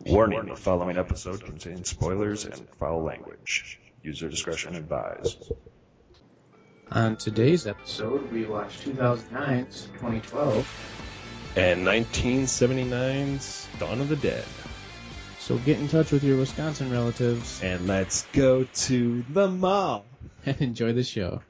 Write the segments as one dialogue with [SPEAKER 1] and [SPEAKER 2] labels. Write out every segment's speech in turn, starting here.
[SPEAKER 1] Warning, the following episode contains spoilers and foul language. User discretion advised.
[SPEAKER 2] On today's episode, we watch 2009's 2012.
[SPEAKER 3] and 1979's Dawn of the Dead.
[SPEAKER 2] So get in touch with your Wisconsin relatives
[SPEAKER 3] And let's go to the mall.
[SPEAKER 2] and enjoy the show.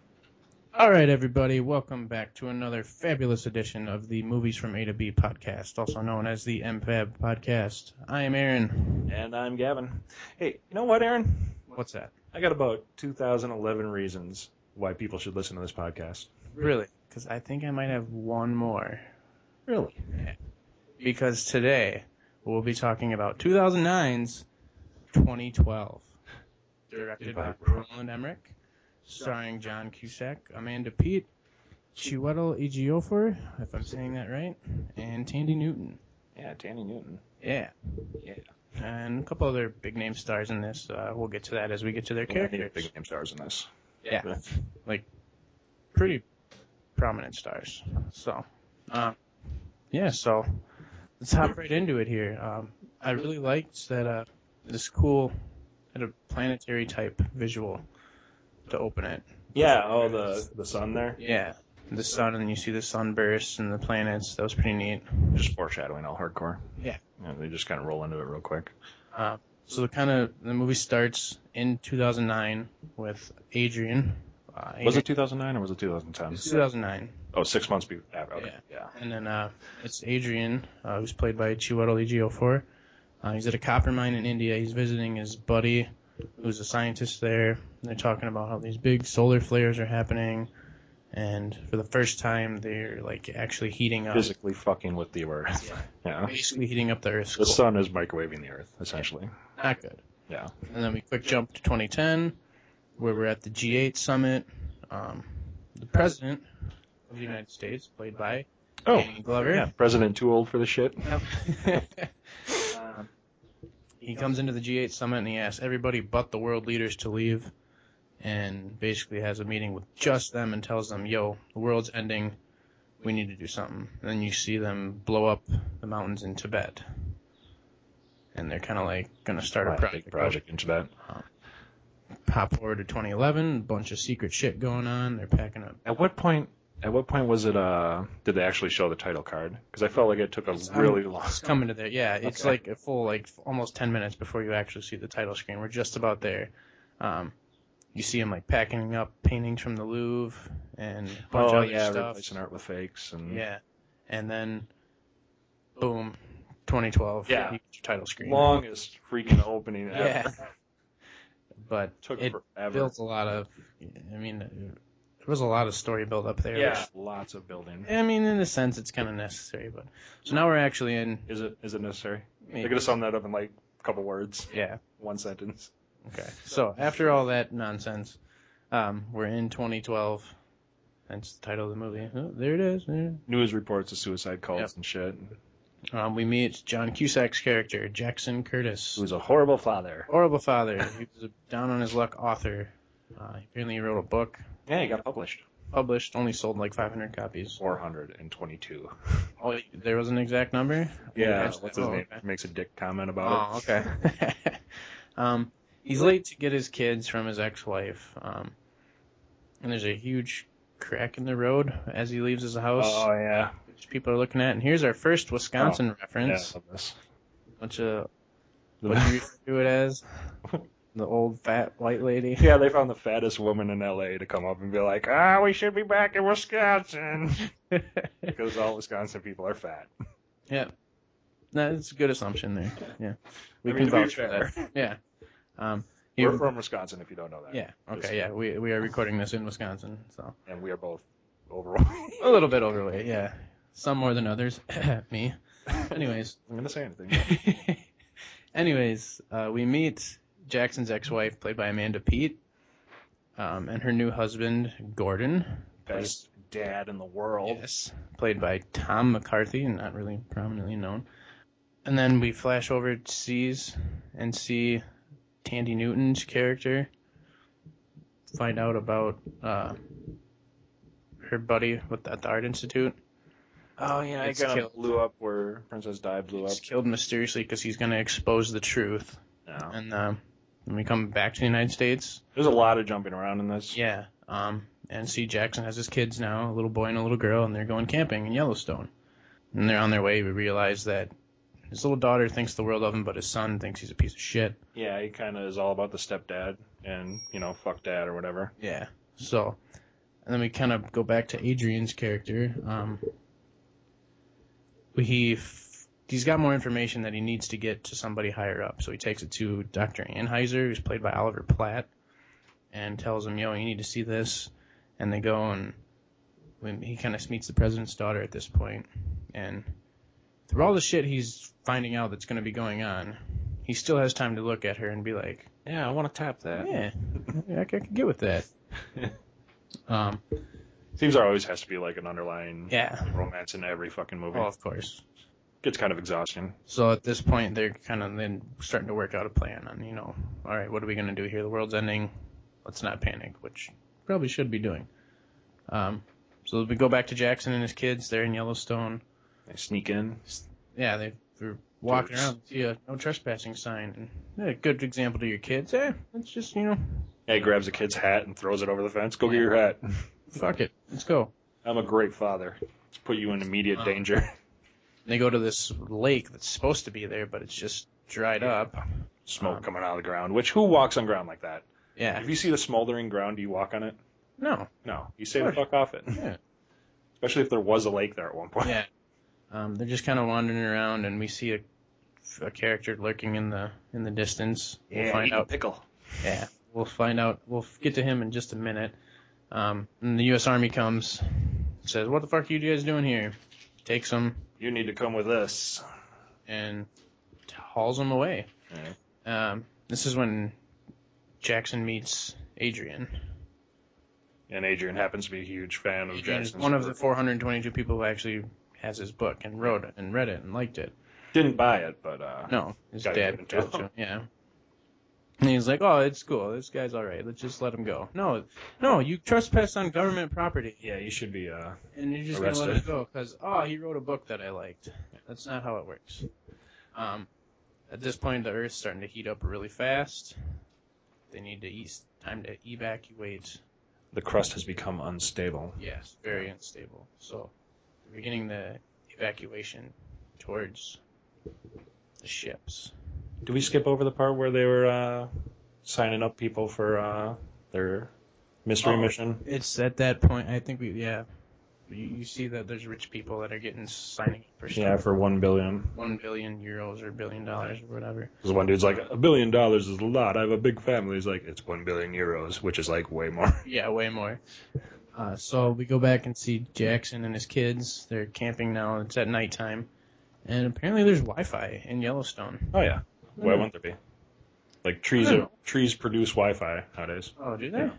[SPEAKER 2] All right, everybody, welcome back to another fabulous edition of the Movies from A to B podcast, also known as the MFAB podcast. I am Aaron.
[SPEAKER 1] And I'm Gavin. Hey, you know what, Aaron?
[SPEAKER 2] What's that?
[SPEAKER 1] I got about 2011 reasons why people should listen to this podcast.
[SPEAKER 2] Really? Because I think I might have one more.
[SPEAKER 1] Really?
[SPEAKER 2] Because today we'll be talking about 2009's 2012, directed by Roland Emmerich, starring John Cusack, Amanda Pete, Chiwetel Ejiofor, if I'm saying that right, and Tandy Newton.
[SPEAKER 1] Yeah, Danny Newton.
[SPEAKER 2] Yeah.
[SPEAKER 1] Yeah.
[SPEAKER 2] And a couple other big name stars in this. Uh, we'll get to that as we get to their
[SPEAKER 1] Character.
[SPEAKER 2] characters.
[SPEAKER 1] Big name stars in this.
[SPEAKER 2] Yeah. pretty prominent stars. So, um, yeah, so let's hop right into it here. Um, I really liked that uh, this cool, had a planetary type visual to open it.
[SPEAKER 1] Yeah, oh, the, the sun there?
[SPEAKER 2] Yeah, the sun, and you see the sunburst and the planets. That was pretty neat.
[SPEAKER 1] Just foreshadowing all hardcore.
[SPEAKER 2] Yeah.
[SPEAKER 1] yeah they just kind of roll into it real quick.
[SPEAKER 2] Uh, so the kind of the movie starts in 2009 with Adrian. Uh,
[SPEAKER 1] Was it
[SPEAKER 2] Adrian-
[SPEAKER 1] 2009 or was it 2010?
[SPEAKER 2] 2009?
[SPEAKER 1] Oh, six months before. Okay. Yeah.
[SPEAKER 2] And then uh, it's Adrian, uh, who's played by Chiwetel Ejiofor. Uh, he's at a copper mine in India. He's visiting his buddy, who's a scientist there. And they're talking about how these big solar flares are happening, and for the first time, they're like actually heating up,
[SPEAKER 1] Physically fucking with the earth. Yeah.
[SPEAKER 2] basically heating up the Earth's
[SPEAKER 1] The
[SPEAKER 2] core.
[SPEAKER 1] sun is microwaving the earth, essentially.
[SPEAKER 2] Not good.
[SPEAKER 1] Yeah.
[SPEAKER 2] And then we quick jump to 2010, where we're at the G8 summit. Um, the president of the United States, played by
[SPEAKER 1] Oh,
[SPEAKER 2] Danny Glover.
[SPEAKER 1] yeah. President too old for the shit.
[SPEAKER 2] Um, he comes into the G8 summit and he asks everybody but the world leaders to leave, and basically has a meeting with just them and tells them, "Yo, the world's ending. We need to do something." And then you see them blow up the mountains in Tibet, and they're kind of like gonna start a
[SPEAKER 1] Right,
[SPEAKER 2] project.
[SPEAKER 1] big project into that.
[SPEAKER 2] Pop forward to 2011, bunch of secret shit going on. They're packing up.
[SPEAKER 1] At what point? At what point was it? Uh, did they actually show the title card? Because I felt like it took a
[SPEAKER 2] on-
[SPEAKER 1] really long.
[SPEAKER 2] It's coming to there. Yeah, it's
[SPEAKER 1] Okay.
[SPEAKER 2] like a full like f- almost ten minutes before you actually see the title screen. We're just about there. Um, you see him like packing up paintings from the Louvre and a bunch
[SPEAKER 1] Oh
[SPEAKER 2] of other
[SPEAKER 1] yeah,
[SPEAKER 2] stuff.
[SPEAKER 1] replacing art with fakes and
[SPEAKER 2] Yeah, and then boom, 2012.
[SPEAKER 1] Yeah.
[SPEAKER 2] you get your title screen.
[SPEAKER 1] longest freaking opening ever.
[SPEAKER 2] yeah, but
[SPEAKER 1] Took
[SPEAKER 2] it
[SPEAKER 1] forever.
[SPEAKER 2] built a lot of. I mean, uh, there was a lot of story build up there.
[SPEAKER 1] yeah, lots of building.
[SPEAKER 2] which- I mean, in a sense, it's kind of necessary, but so now we're actually in.
[SPEAKER 1] Is it? Is it necessary?
[SPEAKER 2] maybe-
[SPEAKER 1] They're gonna sum that up in like a couple words,
[SPEAKER 2] yeah.
[SPEAKER 1] one sentence.
[SPEAKER 2] Okay. So after all that nonsense, um, we're in 2012. That's the title of the movie. Oh, there it is. there it is.
[SPEAKER 1] News reports of suicide calls
[SPEAKER 2] Yep.
[SPEAKER 1] and shit.
[SPEAKER 2] Um, we meet John Cusack's character, Jackson Curtis.
[SPEAKER 1] Who's a horrible father?
[SPEAKER 2] Horrible father. He was a down on his luck author. Uh, apparently, he wrote a book,
[SPEAKER 1] Yeah, he got published.
[SPEAKER 2] published, only sold like 500 copies.
[SPEAKER 1] Four hundred and twenty-two.
[SPEAKER 2] Oh, there was an exact number?
[SPEAKER 1] Yeah,
[SPEAKER 2] That's-
[SPEAKER 1] what's his
[SPEAKER 2] oh,
[SPEAKER 1] name?
[SPEAKER 2] okay.
[SPEAKER 1] Makes a dick comment about
[SPEAKER 2] Oh,
[SPEAKER 1] it.
[SPEAKER 2] okay. um, he's late to get his kids from his ex-wife, um, and there's a huge crack in the road as he leaves his house,
[SPEAKER 1] Oh yeah.
[SPEAKER 2] which people are looking at. And here's our first Wisconsin
[SPEAKER 1] Oh, yeah
[SPEAKER 2] reference,
[SPEAKER 1] I love this.
[SPEAKER 2] which uh, what do you refer to it as? The old fat white lady.
[SPEAKER 1] yeah, they found the fattest woman in LA to come up and be like, ah, we should be back in Wisconsin. because all Wisconsin people are fat.
[SPEAKER 2] That's a good assumption there. Yeah, we
[SPEAKER 1] I mean,
[SPEAKER 2] can
[SPEAKER 1] to be
[SPEAKER 2] vouch for
[SPEAKER 1] fair,
[SPEAKER 2] that. Yeah. Um, he-
[SPEAKER 1] We're from Wisconsin, if you don't know that.
[SPEAKER 2] yeah.
[SPEAKER 1] Just-
[SPEAKER 2] Okay. Yeah. We we are recording this in Wisconsin, so.
[SPEAKER 1] And we are both overweight.
[SPEAKER 2] A little bit overweight, yeah. Some more than others. Me. Anyways.
[SPEAKER 1] I'm going to say anything.
[SPEAKER 2] Anyways, uh, we meet Jackson's ex-wife, played by Amanda Pete, um, and her new husband, Gordon.
[SPEAKER 1] Best dad in the world.
[SPEAKER 2] Yes. Played by Tom McCarthy, and not really prominently known. And then we flash over to C's and see Tandy Newton's character. Find out about uh, her buddy with, at the Art Institute. Oh yeah,
[SPEAKER 1] it
[SPEAKER 2] it's
[SPEAKER 1] kind
[SPEAKER 2] killed.
[SPEAKER 1] of blew up where Princess Di blew up.
[SPEAKER 2] It's killed mysteriously because he's gonna expose the truth,
[SPEAKER 1] No.
[SPEAKER 2] and uh, when we come back to the United States,
[SPEAKER 1] There's a lot of jumping around in this.
[SPEAKER 2] yeah, um, and see Jackson has his kids now, a little boy and a little girl, and they're going camping in Yellowstone, and they're on their way. We realize that his little daughter thinks the world of him, but his son thinks he's a piece of shit.
[SPEAKER 1] Yeah, he kind of is all about the stepdad and, you know, fuck dad or whatever.
[SPEAKER 2] Yeah. So, and then we kind of go back to Adrian's character. Um, we- he f- he's got more information that he needs to get to somebody higher up, so he takes it to Dr. Anheuser, who's played by Oliver Platt, and tells him, "Yo, you need to see this." And they go and when he kind of meets the president's daughter at this point, and through all the shit he's finding out that's going to be going on, he still has time to look at her and be like,
[SPEAKER 1] Yeah, I want to tap that.
[SPEAKER 2] yeah, I, I could get with that. um,
[SPEAKER 1] Seems there always has to be like an underlying
[SPEAKER 2] yeah. Oh.
[SPEAKER 1] romance in every fucking movie.
[SPEAKER 2] Well, of course.
[SPEAKER 1] Gets kind of exhausting.
[SPEAKER 2] So at this point, they're kind of then starting to work out a plan on, you know, all right, what are we going to do here? The world's ending. Let's not panic, which probably should be doing. Um, so we go back to Jackson and his kids. They're in Yellowstone.
[SPEAKER 1] They sneak in.
[SPEAKER 2] Yeah, they, they're walking
[SPEAKER 1] Tourists.
[SPEAKER 2] around. See a no trespassing sign. And yeah, good example to your kids. Eh, let's just, you know,
[SPEAKER 1] Yeah, he grabs a kid's hat and throws it over the fence. Go get
[SPEAKER 2] Yeah.
[SPEAKER 1] your hat.
[SPEAKER 2] fuck it. Let's go.
[SPEAKER 1] I'm a great father. Let's put you in immediate
[SPEAKER 2] Wow.
[SPEAKER 1] danger.
[SPEAKER 2] They go to this lake that's supposed to be there, but it's just dried up.
[SPEAKER 1] Smoke
[SPEAKER 2] Um,
[SPEAKER 1] coming out of the ground. Which who walks on ground like that?
[SPEAKER 2] Yeah.
[SPEAKER 1] If you see the smoldering ground, do you walk on it?
[SPEAKER 2] No.
[SPEAKER 1] No, you stay the
[SPEAKER 2] Sure.
[SPEAKER 1] fuck off it.
[SPEAKER 2] Yeah.
[SPEAKER 1] Especially if there was a lake there at one point.
[SPEAKER 2] Yeah. Um, they're just kind of wandering around, and we see a, a character lurking in the in the distance. we'll find
[SPEAKER 1] eating
[SPEAKER 2] out.
[SPEAKER 1] pickle.
[SPEAKER 2] Yeah. We'll find out. We'll f- get to him in just a minute. Um, and the U.S. Army comes, says, "What the fuck are you guys doing here?" Takes him
[SPEAKER 1] You need to come with us.
[SPEAKER 2] and hauls him away. Um, this is when Jackson meets Adrian.
[SPEAKER 1] And Adrian happens to be a huge fan of
[SPEAKER 2] Adrian is
[SPEAKER 1] Jackson's.
[SPEAKER 2] one of the
[SPEAKER 1] work.
[SPEAKER 2] 422 people who actually has his book and wrote it and read it and liked it.
[SPEAKER 1] Didn't buy it, but uh,
[SPEAKER 2] No, his
[SPEAKER 1] Gotta give
[SPEAKER 2] dad
[SPEAKER 1] it to
[SPEAKER 2] told
[SPEAKER 1] him.
[SPEAKER 2] him. Yeah. And he's like, "Oh, it's cool. This guy's all right. Let's just let him go." No, no, you trespass on government property,
[SPEAKER 1] yeah, you should be. Uh,
[SPEAKER 2] and you're just gonna let
[SPEAKER 1] Arrested.
[SPEAKER 2] it go because oh, he wrote a book that I liked. That's not how it works. Um, at this point, the Earth's starting to heat up really fast. They need to eat. Time to evacuate.
[SPEAKER 1] the crust has become unstable.
[SPEAKER 2] Yes, very unstable. So, they're beginning the evacuation towards the ships.
[SPEAKER 1] Did we skip over the part where they were uh, signing up people for uh, their mystery
[SPEAKER 2] Oh.
[SPEAKER 1] mission?
[SPEAKER 2] It's at that point. I think we yeah. You, you see that there's rich people that are getting signing up for stuff.
[SPEAKER 1] Yeah, for one billion.
[SPEAKER 2] one billion euros or billion dollars or whatever.
[SPEAKER 1] Because one dude's like, a billion dollars is a lot. I have a big family. He's like, it's one billion euros, which is like way more.
[SPEAKER 2] Yeah, way more. Uh, so we go back and see Jackson and his kids. They're camping now. It's at nighttime, and apparently there's Wi-Fi in Yellowstone.
[SPEAKER 1] Oh yeah. Why
[SPEAKER 2] Hmm.
[SPEAKER 1] wouldn't there be? Like trees,
[SPEAKER 2] I don't know.
[SPEAKER 1] trees produce Wi-Fi nowadays.
[SPEAKER 2] Oh, do
[SPEAKER 1] they?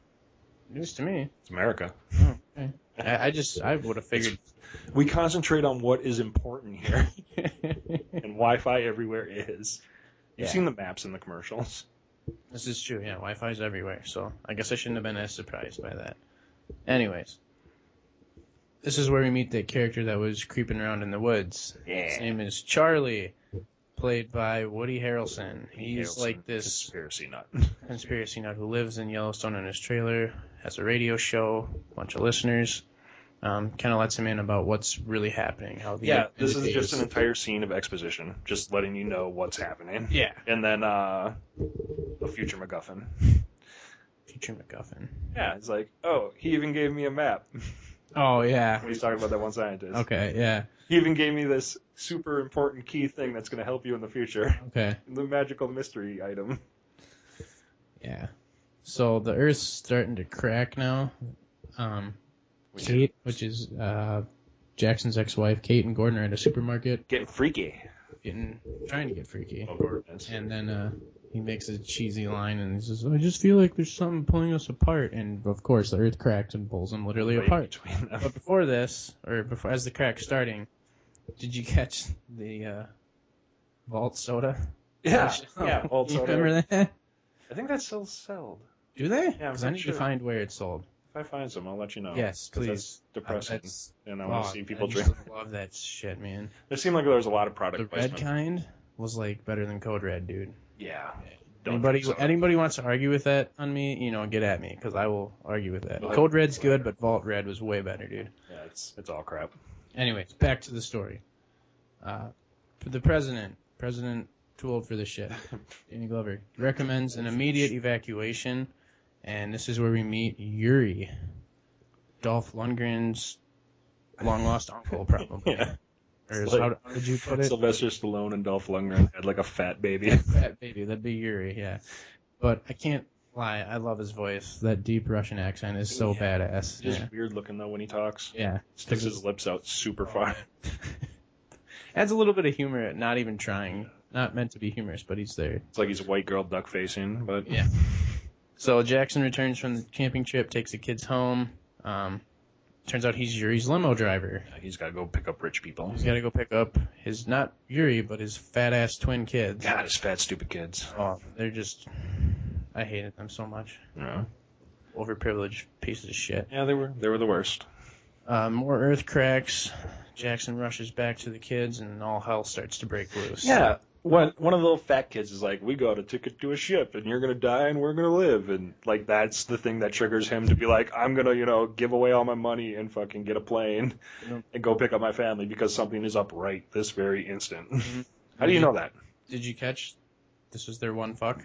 [SPEAKER 2] News to me.
[SPEAKER 1] It's America.
[SPEAKER 2] Oh, okay. I, I just I would have figured.
[SPEAKER 1] We concentrate on what is important here, and Wi-Fi everywhere is. You've
[SPEAKER 2] Yeah.
[SPEAKER 1] seen the maps in the commercials.
[SPEAKER 2] This is true, yeah. Wi Fi's everywhere, so I guess I shouldn't have been as surprised by that. Anyways, this is where we meet that character that was creeping around in the woods. His name is Charlie, played by Woody Harrelson. He's
[SPEAKER 1] Harrelson,
[SPEAKER 2] like this
[SPEAKER 1] conspiracy nut.
[SPEAKER 2] conspiracy nut who lives in Yellowstone in his trailer, has a radio show, bunch of listeners. Um, kind of lets him in about what's really happening. How the
[SPEAKER 1] Yeah, this is just an entire scene of exposition, just letting you know what's happening,
[SPEAKER 2] yeah
[SPEAKER 1] and then uh, a future MacGuffin.
[SPEAKER 2] future MacGuffin.
[SPEAKER 1] Yeah, it's like, oh, he even gave me a map.
[SPEAKER 2] Oh yeah.
[SPEAKER 1] When he's talking about that one scientist,
[SPEAKER 2] Okay. Yeah.
[SPEAKER 1] he even gave me this super important key thing that's going to help you in the future,
[SPEAKER 2] Okay.
[SPEAKER 1] the magical mystery item.
[SPEAKER 2] Yeah. So the Earth's starting to crack now. Um, Kate, which is uh, Jackson's ex-wife, Kate and Gordon are at a supermarket
[SPEAKER 1] Getting freaky.
[SPEAKER 2] getting trying to get freaky.
[SPEAKER 1] Oh, Gordon is.
[SPEAKER 2] And then uh, he makes a cheesy line and he says, "I just feel like there's something pulling us apart." And of course, the Earth cracks and pulls them literally
[SPEAKER 1] Way
[SPEAKER 2] apart.
[SPEAKER 1] between them.
[SPEAKER 2] But before this, or before as the crack's starting, did you catch the uh, Vault soda?
[SPEAKER 1] Yeah, yeah. Old
[SPEAKER 2] Oh. You
[SPEAKER 1] soda.
[SPEAKER 2] remember that?
[SPEAKER 1] I think that's still sold.
[SPEAKER 2] Do
[SPEAKER 1] Yeah,
[SPEAKER 2] they?
[SPEAKER 1] I'm
[SPEAKER 2] Because I
[SPEAKER 1] not
[SPEAKER 2] need
[SPEAKER 1] sure.
[SPEAKER 2] to find where it's sold.
[SPEAKER 1] If I find some, I'll let you know. 'Cause
[SPEAKER 2] yes, please.
[SPEAKER 1] That's depressing,
[SPEAKER 2] That's-
[SPEAKER 1] and I want
[SPEAKER 2] oh,
[SPEAKER 1] to see people
[SPEAKER 2] I
[SPEAKER 1] drink.
[SPEAKER 2] used to Love that shit, man.
[SPEAKER 1] It seemed like there was a lot of product
[SPEAKER 2] The red
[SPEAKER 1] placement.
[SPEAKER 2] kind was like better than Code Red, dude.
[SPEAKER 1] Yeah.
[SPEAKER 2] anybody
[SPEAKER 1] drink soda.
[SPEAKER 2] anybody wants to argue with that on me, you know, get at me because I will argue with that.
[SPEAKER 1] Well,
[SPEAKER 2] Code Red's
[SPEAKER 1] I-
[SPEAKER 2] good, but Vault Red was way better, dude.
[SPEAKER 1] Yeah, it's it's all crap.
[SPEAKER 2] Anyways, back to the story. Uh, for the president, president too old for this shit. Danny Glover recommends an immediate evacuation, and this is where we meet Yuri, Dolph Lundgren's long lost uncle, probably.
[SPEAKER 1] Yeah.
[SPEAKER 2] Or is-
[SPEAKER 1] Like-
[SPEAKER 2] how, how did you put it?
[SPEAKER 1] Sylvester Stallone and Dolph Lundgren had like a fat baby.
[SPEAKER 2] Fat baby, that'd be Yuri, yeah. But I can't lie, I love his voice. That deep Russian accent is so
[SPEAKER 1] Yeah.
[SPEAKER 2] badass.
[SPEAKER 1] Just
[SPEAKER 2] Yeah.
[SPEAKER 1] weird looking though when he talks.
[SPEAKER 2] yeah. Oh.
[SPEAKER 1] Sticks his lips out super far.
[SPEAKER 2] Adds a little bit of humor, not even trying. Not meant to be humorous, but he's there.
[SPEAKER 1] It's like he's a white girl duck facing, but
[SPEAKER 2] Yeah. So Jackson returns from the camping trip, takes the kids home. Um, turns out he's Yuri's limo driver.
[SPEAKER 1] he's got to go pick up rich people.
[SPEAKER 2] He's got to go pick up his, not Yuri, but his fat ass twin kids.
[SPEAKER 1] God, his fat stupid kids.
[SPEAKER 2] Oh, they're just, I hated them so much.
[SPEAKER 1] Yeah,
[SPEAKER 2] Overprivileged pieces of shit.
[SPEAKER 1] yeah, they were they were the worst.
[SPEAKER 2] Uh, more earth cracks. Jackson rushes back to the kids, and all hell starts to break loose.
[SPEAKER 1] Yeah. One one of the little fat kids is like, "We got a ticket to a ship, and you're gonna die, and we're gonna live," and like that's the thing that triggers him to be like, "I'm gonna, you know, give away all my money and fucking get a plane,
[SPEAKER 2] Yep.
[SPEAKER 1] and go pick up my family because something is up right this very instant." How do you know that?
[SPEAKER 2] Did you catch? This was their one fuck.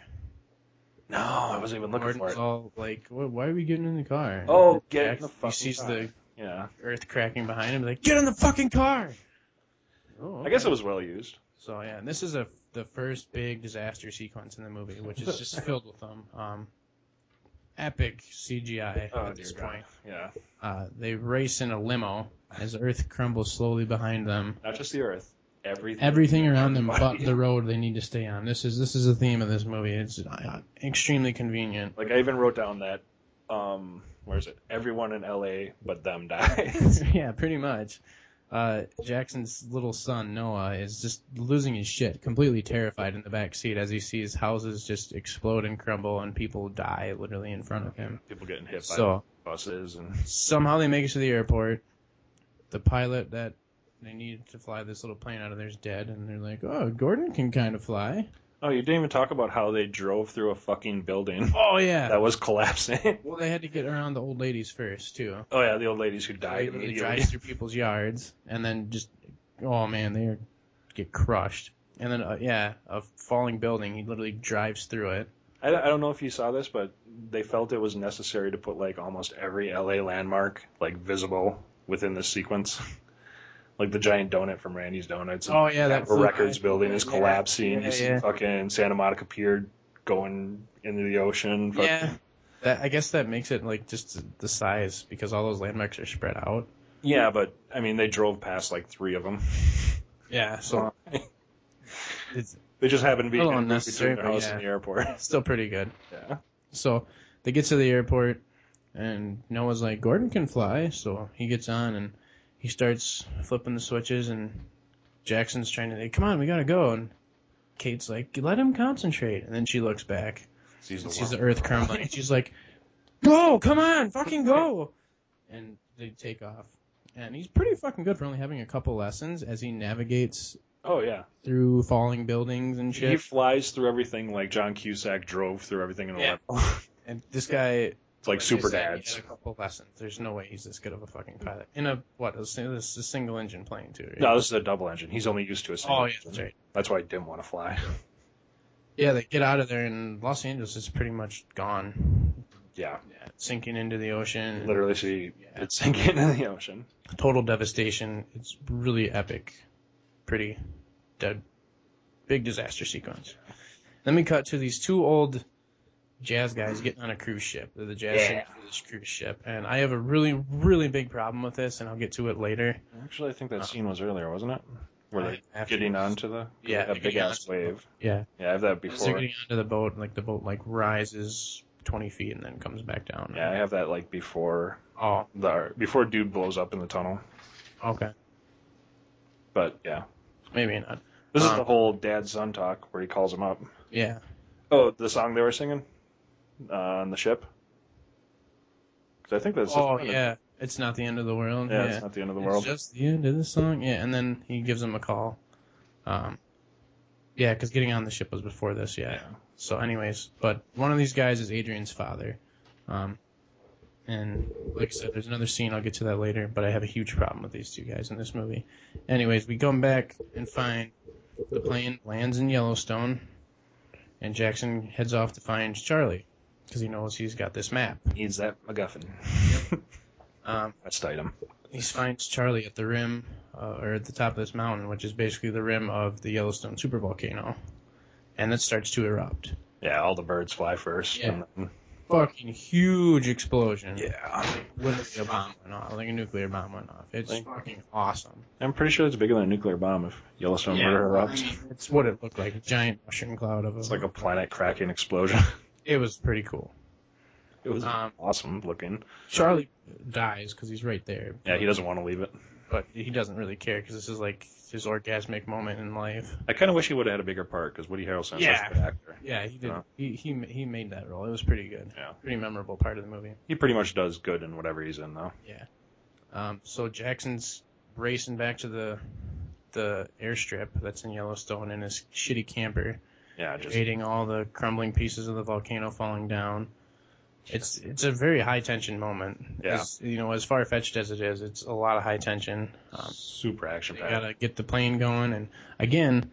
[SPEAKER 1] No, I wasn't even looking for
[SPEAKER 2] Gordon's
[SPEAKER 1] it.
[SPEAKER 2] all like, "Wh- "Why are we getting in the car?"
[SPEAKER 1] Oh, get in
[SPEAKER 2] Jack-
[SPEAKER 1] the
[SPEAKER 2] He
[SPEAKER 1] fucking
[SPEAKER 2] sees
[SPEAKER 1] car.
[SPEAKER 2] the
[SPEAKER 1] Yeah,
[SPEAKER 2] earth cracking behind him. Like, get in the fucking car. Oh,
[SPEAKER 1] I guess
[SPEAKER 2] okay.
[SPEAKER 1] it was well used.
[SPEAKER 2] So yeah, and this is a the first big disaster sequence in the movie, which is just filled with them. Um, epic CGI
[SPEAKER 1] Oh,
[SPEAKER 2] at this point.
[SPEAKER 1] Yeah,
[SPEAKER 2] Uh, they race in a limo as Earth crumbles slowly behind them.
[SPEAKER 1] not just the Earth, everything.
[SPEAKER 2] Everything around them but
[SPEAKER 1] Everybody.
[SPEAKER 2] the road they need to stay on. This is this is the theme of this movie. It's uh, extremely convenient.
[SPEAKER 1] Like I even wrote down that, um, where is it? Everyone in L.A. but them dies.
[SPEAKER 2] yeah, pretty much. Uh, Jackson's little son Noah is just losing his shit, completely terrified in the back seat as he sees houses just explode and crumble and people die literally in front of him.
[SPEAKER 1] People getting hit by
[SPEAKER 2] So
[SPEAKER 1] buses and
[SPEAKER 2] somehow they make it to the airport. The pilot that they need to fly this little plane out of there is dead, and they're like, "Oh, Gordon can kind of fly."
[SPEAKER 1] Oh, you didn't even talk about how they drove through a fucking building
[SPEAKER 2] Oh yeah.
[SPEAKER 1] that was collapsing.
[SPEAKER 2] Well, they had to get around the old ladies first too.
[SPEAKER 1] Oh yeah, the old ladies who died
[SPEAKER 2] They- they
[SPEAKER 1] immediately.
[SPEAKER 2] drive through people's yards and then just, oh man, they get crushed. And then uh, yeah, a falling building. He literally drives through it.
[SPEAKER 1] I, I don't know if you saw this, but they felt it was necessary to put like almost every LA landmark like visible within this sequence. Like the giant donut from Randy's Donuts. and
[SPEAKER 2] Oh, yeah, that
[SPEAKER 1] Capitol
[SPEAKER 2] flew
[SPEAKER 1] Records
[SPEAKER 2] by.
[SPEAKER 1] building is
[SPEAKER 2] Yeah,
[SPEAKER 1] collapsing.
[SPEAKER 2] yeah,
[SPEAKER 1] you see
[SPEAKER 2] yeah.
[SPEAKER 1] fucking Santa Monica Pier going into the ocean. Fuck-
[SPEAKER 2] Yeah. That, I guess that makes it like just the size because all those landmarks are spread out.
[SPEAKER 1] yeah, but I mean they drove past like three of them.
[SPEAKER 2] Yeah, so it's
[SPEAKER 1] They just happened to be
[SPEAKER 2] A little
[SPEAKER 1] in
[SPEAKER 2] unnecessary,
[SPEAKER 1] between their
[SPEAKER 2] but
[SPEAKER 1] house
[SPEAKER 2] Oh, yeah.
[SPEAKER 1] and the airport.
[SPEAKER 2] still pretty good.
[SPEAKER 1] yeah.
[SPEAKER 2] So they get to the airport, and Noah's like, Gordon can fly. So he gets on and he starts flipping the switches, and Jackson's trying to, come on, we gotta go. And Kate's like, let him concentrate. And then she looks back,
[SPEAKER 1] Sees
[SPEAKER 2] and sees the
[SPEAKER 1] world.
[SPEAKER 2] earth crumbling. and She's like, go, come on, fucking go. And they take off. And he's pretty fucking good for only having a couple lessons as he navigates
[SPEAKER 1] Oh yeah.
[SPEAKER 2] through falling buildings and shit.
[SPEAKER 1] He flies through everything like John Cusack drove through everything in a
[SPEAKER 2] Yeah.
[SPEAKER 1] level.
[SPEAKER 2] and this guy
[SPEAKER 1] It's like
[SPEAKER 2] They
[SPEAKER 1] Super
[SPEAKER 2] said he
[SPEAKER 1] Dads.
[SPEAKER 2] had a couple lessons. There's no way he's this good of a fucking pilot. In a what? This is a single engine plane too. Right?
[SPEAKER 1] No, this is a double engine. He's only used to a single
[SPEAKER 2] Oh yeah,
[SPEAKER 1] engine.
[SPEAKER 2] that's right.
[SPEAKER 1] That's why he didn't want to fly.
[SPEAKER 2] Yeah, they get out of there and Los Angeles is pretty much gone,
[SPEAKER 1] Yeah,
[SPEAKER 2] yeah, sinking into the ocean.
[SPEAKER 1] literally, see
[SPEAKER 2] Yeah.
[SPEAKER 1] it sink into the ocean.
[SPEAKER 2] Total devastation. It's really epic. Pretty dead. Big disaster sequence. Then we cut to these two old jazz guys getting on a cruise ship. They're the jazz
[SPEAKER 1] Yeah.
[SPEAKER 2] singers for this cruise ship. And I have a really, really big problem with this, and I'll get to it later.
[SPEAKER 1] Actually, I think that
[SPEAKER 2] Uh,
[SPEAKER 1] scene was earlier, wasn't it? Where they're
[SPEAKER 2] After-
[SPEAKER 1] getting onto the that
[SPEAKER 2] Yeah, they're
[SPEAKER 1] big
[SPEAKER 2] getting
[SPEAKER 1] ass
[SPEAKER 2] onto the-
[SPEAKER 1] wave.
[SPEAKER 2] Yeah.
[SPEAKER 1] Yeah, I have that
[SPEAKER 2] As they're
[SPEAKER 1] before.
[SPEAKER 2] getting onto the boat, like the boat like rises twenty feet and then comes back down.
[SPEAKER 1] Yeah, I have that like before
[SPEAKER 2] Oh,
[SPEAKER 1] the before dude blows up in the tunnel.
[SPEAKER 2] okay.
[SPEAKER 1] But yeah,
[SPEAKER 2] Maybe not.
[SPEAKER 1] this is
[SPEAKER 2] Um,
[SPEAKER 1] the whole dad son talk where he calls him up.
[SPEAKER 2] Yeah.
[SPEAKER 1] Oh, the song they were singing uh, on the ship. 'Cause I think that's.
[SPEAKER 2] Oh yeah, it's not the end of the world.
[SPEAKER 1] yeah,
[SPEAKER 2] Yeah,
[SPEAKER 1] it's not the end of the
[SPEAKER 2] It's
[SPEAKER 1] world.
[SPEAKER 2] just the end of the song. Yeah, and then he gives him a call. Um, yeah, because getting on the ship was before this. Yeah. So, anyways, but one of these guys is Adrian's father. Um, and like I said, there's another scene. I'll get to that later. But I have a huge problem with these two guys in this movie. Anyways, we come back and find the plane lands in Yellowstone, and Jackson heads off to find Charlie because he knows he's got this map.
[SPEAKER 1] Needs that MacGuffin.
[SPEAKER 2] Um,
[SPEAKER 1] That's item.
[SPEAKER 2] he finds Charlie at the rim, uh, or at the top of this mountain, which is basically the rim of the Yellowstone supervolcano, and it starts to erupt.
[SPEAKER 1] Yeah, all the birds fly first.
[SPEAKER 2] Yeah.
[SPEAKER 1] and-
[SPEAKER 2] Fucking huge explosion.
[SPEAKER 1] yeah.
[SPEAKER 2] Literally a bomb went off, like a nuclear bomb went off. It's
[SPEAKER 1] Like-
[SPEAKER 2] fucking awesome.
[SPEAKER 1] I'm pretty sure it's bigger than a nuclear bomb if Yellowstone murder
[SPEAKER 2] I
[SPEAKER 1] erupts.
[SPEAKER 2] mean, it's what it looked like, a giant mushroom cloud of
[SPEAKER 1] It's like a planet cracking explosion.
[SPEAKER 2] It was pretty cool.
[SPEAKER 1] It was
[SPEAKER 2] Um,
[SPEAKER 1] awesome looking.
[SPEAKER 2] Charlie dies because he's right there,
[SPEAKER 1] Yeah, he doesn't want to leave it.
[SPEAKER 2] but he doesn't really care because this is like his orgasmic moment in life.
[SPEAKER 1] I kind of wish he would have had a bigger part because Woody Harrelson's
[SPEAKER 2] Yeah.
[SPEAKER 1] such a good actor.
[SPEAKER 2] Yeah, he did.
[SPEAKER 1] Yeah.
[SPEAKER 2] He, he he made that role. It was pretty good.
[SPEAKER 1] Uh. Yeah.
[SPEAKER 2] Pretty memorable part of the movie.
[SPEAKER 1] He pretty much does good in whatever he's in, though.
[SPEAKER 2] Um, so Jackson's racing back to the the airstrip that's in Yellowstone in his shitty camper,
[SPEAKER 1] Yeah, just
[SPEAKER 2] evading all the crumbling pieces of the volcano falling down. It's it's a very high tension moment.
[SPEAKER 1] Yeah.
[SPEAKER 2] As, you know, as far fetched as it is, it's a lot of high tension. Um,
[SPEAKER 1] super action
[SPEAKER 2] they
[SPEAKER 1] packed.
[SPEAKER 2] gotta get the plane going, and again,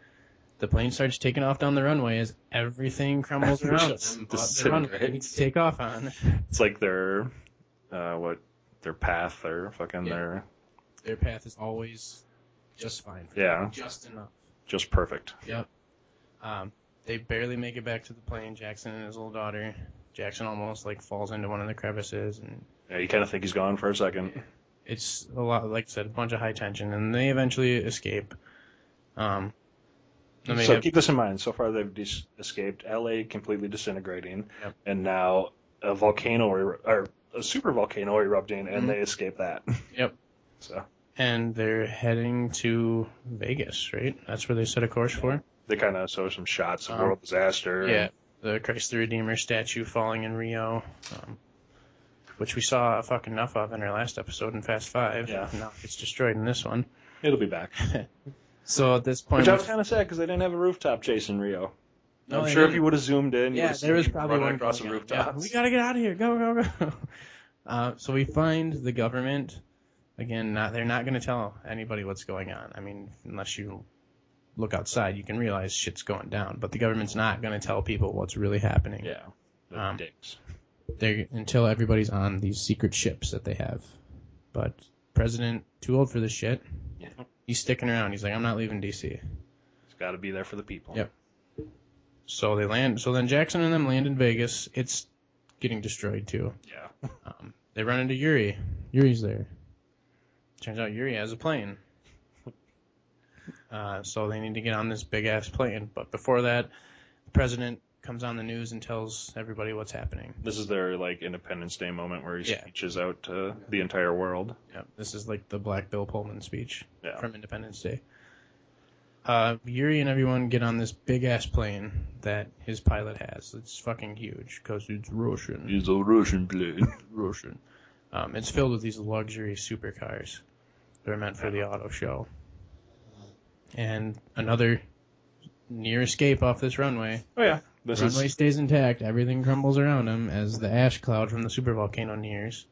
[SPEAKER 2] the plane starts taking off down the runway as everything crumbles around
[SPEAKER 1] Just
[SPEAKER 2] them. but The runway they need to take off on.
[SPEAKER 1] It's like their, uh, what, their path, their fucking,
[SPEAKER 2] Yeah.
[SPEAKER 1] their,
[SPEAKER 2] Their path is always just fine. for them,
[SPEAKER 1] yeah,
[SPEAKER 2] Just enough.
[SPEAKER 1] just perfect.
[SPEAKER 2] Um, they barely make it back to the plane. Jackson and his little daughter. Jackson almost like falls into one of the crevices, and
[SPEAKER 1] Yeah, you kind of think he's gone for a second.
[SPEAKER 2] it's a lot. Like I said, a bunch of high tension, and they eventually escape. Um, then they
[SPEAKER 1] so
[SPEAKER 2] have-
[SPEAKER 1] keep this in mind. So far, they've dis- escaped LA completely disintegrating,
[SPEAKER 2] Yep.
[SPEAKER 1] and now a volcano er- or a super volcano erupting, and
[SPEAKER 2] Mhm.
[SPEAKER 1] they escape that.
[SPEAKER 2] Yep.
[SPEAKER 1] So
[SPEAKER 2] and they're heading to Vegas, right? That's where they set a course for.
[SPEAKER 1] they kind of show some shots of
[SPEAKER 2] Um,
[SPEAKER 1] world disaster. and-
[SPEAKER 2] Yeah, the Christ the Redeemer statue falling in Rio, um, which we saw a fuck enough of in our last episode in Fast Five.
[SPEAKER 1] Yeah.
[SPEAKER 2] now it's destroyed in this one.
[SPEAKER 1] it'll be back.
[SPEAKER 2] So at this point,
[SPEAKER 1] Which I
[SPEAKER 2] we-
[SPEAKER 1] was kind of sad because they didn't have a rooftop chase in Rio.
[SPEAKER 2] No,
[SPEAKER 1] I'm
[SPEAKER 2] they
[SPEAKER 1] sure if
[SPEAKER 2] didn't.
[SPEAKER 1] you would have zoomed in, you
[SPEAKER 2] Yeah,
[SPEAKER 1] would've seen
[SPEAKER 2] there was
[SPEAKER 1] people
[SPEAKER 2] probably
[SPEAKER 1] running
[SPEAKER 2] one
[SPEAKER 1] across the
[SPEAKER 2] going on. Yeah,
[SPEAKER 1] rooftops.
[SPEAKER 2] we gotta get out of here. Go, go, go. Uh, so we find the government. Again, not they're not gonna tell anybody what's going on. I mean, unless you look outside, you can realize shit's going down. But the government's not gonna tell people what's really happening.
[SPEAKER 1] yeah, the
[SPEAKER 2] Um,
[SPEAKER 1] dicks.
[SPEAKER 2] They're until everybody's on these secret ships that they have. But president too old for this shit.
[SPEAKER 1] Yeah.
[SPEAKER 2] He's sticking around. He's like, I'm not leaving D.C.
[SPEAKER 1] It's got to be there for the people.
[SPEAKER 2] Yep. So they land. So then Jackson and them land in Vegas. It's getting destroyed too.
[SPEAKER 1] Yeah.
[SPEAKER 2] Um, they run into Yuri. Yuri's there. Turns out Yuri has a plane. Uh, so they need to get on this big ass plane. But before that, the president comes on the news and tells everybody what's happening.
[SPEAKER 1] This is their like Independence Day moment where he
[SPEAKER 2] Yeah.
[SPEAKER 1] speeches out to the entire world.
[SPEAKER 2] Yep, this is like the Black Bill Pullman speech
[SPEAKER 1] Yeah.
[SPEAKER 2] from Independence Day. Uh, Yuri and everyone get on this big ass plane that his pilot has. It's fucking huge because it's Russian.
[SPEAKER 1] He's a Russian blade.
[SPEAKER 2] Russian. Um, it's filled with these luxury supercars that are meant for the auto show. And another near escape off this runway.
[SPEAKER 1] Oh yeah, this
[SPEAKER 2] runway
[SPEAKER 1] is
[SPEAKER 2] stays intact. Everything crumbles around them as the ash cloud from the supervolcano nears.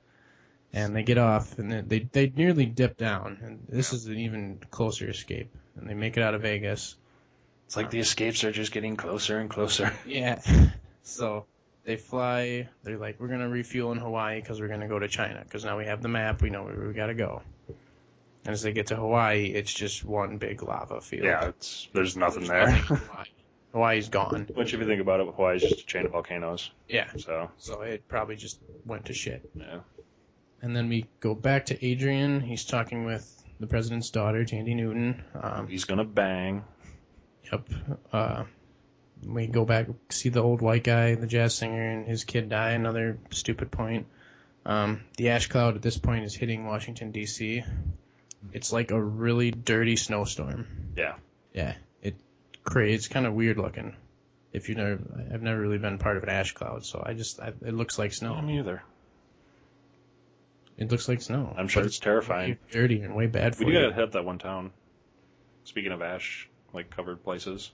[SPEAKER 2] And they get off, and they they, they nearly dip down. And this is an even closer escape. And they make it out of Vegas.
[SPEAKER 1] it's like the escapes are just getting closer and closer.
[SPEAKER 2] Yeah. So they fly. They're like, we're gonna refuel in Hawaii because we're gonna go to China because now we have the map. We know where we gotta go. And as they get to Hawaii, it's just one big lava field.
[SPEAKER 1] Yeah, it's there's nothing
[SPEAKER 2] There's
[SPEAKER 1] there.
[SPEAKER 2] nothing in Hawaii. Hawaii's gone.
[SPEAKER 1] Which, if you think about it, Hawaii's just a chain of volcanoes.
[SPEAKER 2] Yeah.
[SPEAKER 1] So
[SPEAKER 2] So it probably just went to shit.
[SPEAKER 1] yeah,
[SPEAKER 2] And then we go back to Adrian. He's talking with the president's daughter, Tandy Newton. Um,
[SPEAKER 1] he's gonna bang.
[SPEAKER 2] Yep. Uh, we go back see the old white guy, the jazz singer, and his kid die. Another stupid point. Um, the ash cloud at this point is hitting Washington D.C. It's like a really dirty snowstorm.
[SPEAKER 1] Yeah.
[SPEAKER 2] Yeah. It cra- It's kind of weird looking. If you never, I've never really been part of an ash cloud, so I just I, it looks like snow.
[SPEAKER 1] No, me either.
[SPEAKER 2] It looks like snow.
[SPEAKER 1] I'm sure
[SPEAKER 2] But
[SPEAKER 1] it's terrifying.
[SPEAKER 2] way dirty and way bad for
[SPEAKER 1] We do
[SPEAKER 2] you.
[SPEAKER 1] gotta hit that one town. Speaking of ash, like covered places,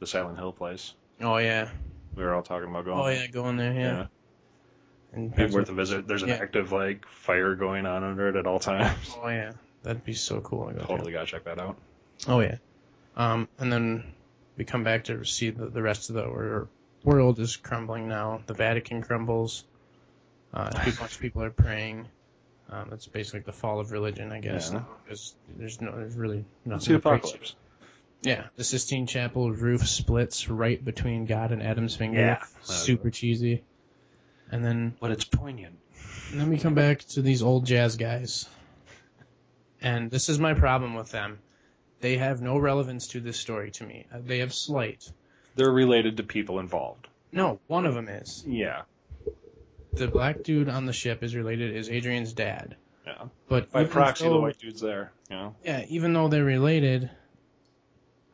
[SPEAKER 1] the Silent Hill place.
[SPEAKER 2] Oh yeah.
[SPEAKER 1] We were all talking about going.
[SPEAKER 2] Oh yeah, go in there. Yeah.
[SPEAKER 1] Yeah.
[SPEAKER 2] And
[SPEAKER 1] It'd be worth a visit. There's an
[SPEAKER 2] Yeah.
[SPEAKER 1] active like fire going on under it at all times.
[SPEAKER 2] Oh yeah, that'd be so cool. I go there.
[SPEAKER 1] Totally gotta check that out.
[SPEAKER 2] Oh yeah. Um, and then we come back to see that the rest of the wor- world is crumbling now. The Vatican crumbles. Uh, too much people are praying. Um, it's basically the fall of religion, I guess.
[SPEAKER 1] Yeah.
[SPEAKER 2] Because there's no, there's really nothing.
[SPEAKER 1] It's the
[SPEAKER 2] to preach.
[SPEAKER 1] apocalypse.
[SPEAKER 2] Yeah, the Sistine Chapel roof splits right between God and Adam's finger.
[SPEAKER 1] Yeah.
[SPEAKER 2] super cheesy. And then
[SPEAKER 1] But it's poignant.
[SPEAKER 2] and then we come back to these old jazz guys. And this is my problem with them. They have no relevance to this story to me. Uh, They have slight.
[SPEAKER 1] They're related to people involved.
[SPEAKER 2] No, one of them is.
[SPEAKER 1] Yeah.
[SPEAKER 2] The black dude on the ship is related is Adrian's dad.
[SPEAKER 1] Yeah.
[SPEAKER 2] But
[SPEAKER 1] By
[SPEAKER 2] even
[SPEAKER 1] proxy, the
[SPEAKER 2] though-
[SPEAKER 1] white dude's there. You know?
[SPEAKER 2] Yeah, even though they're related,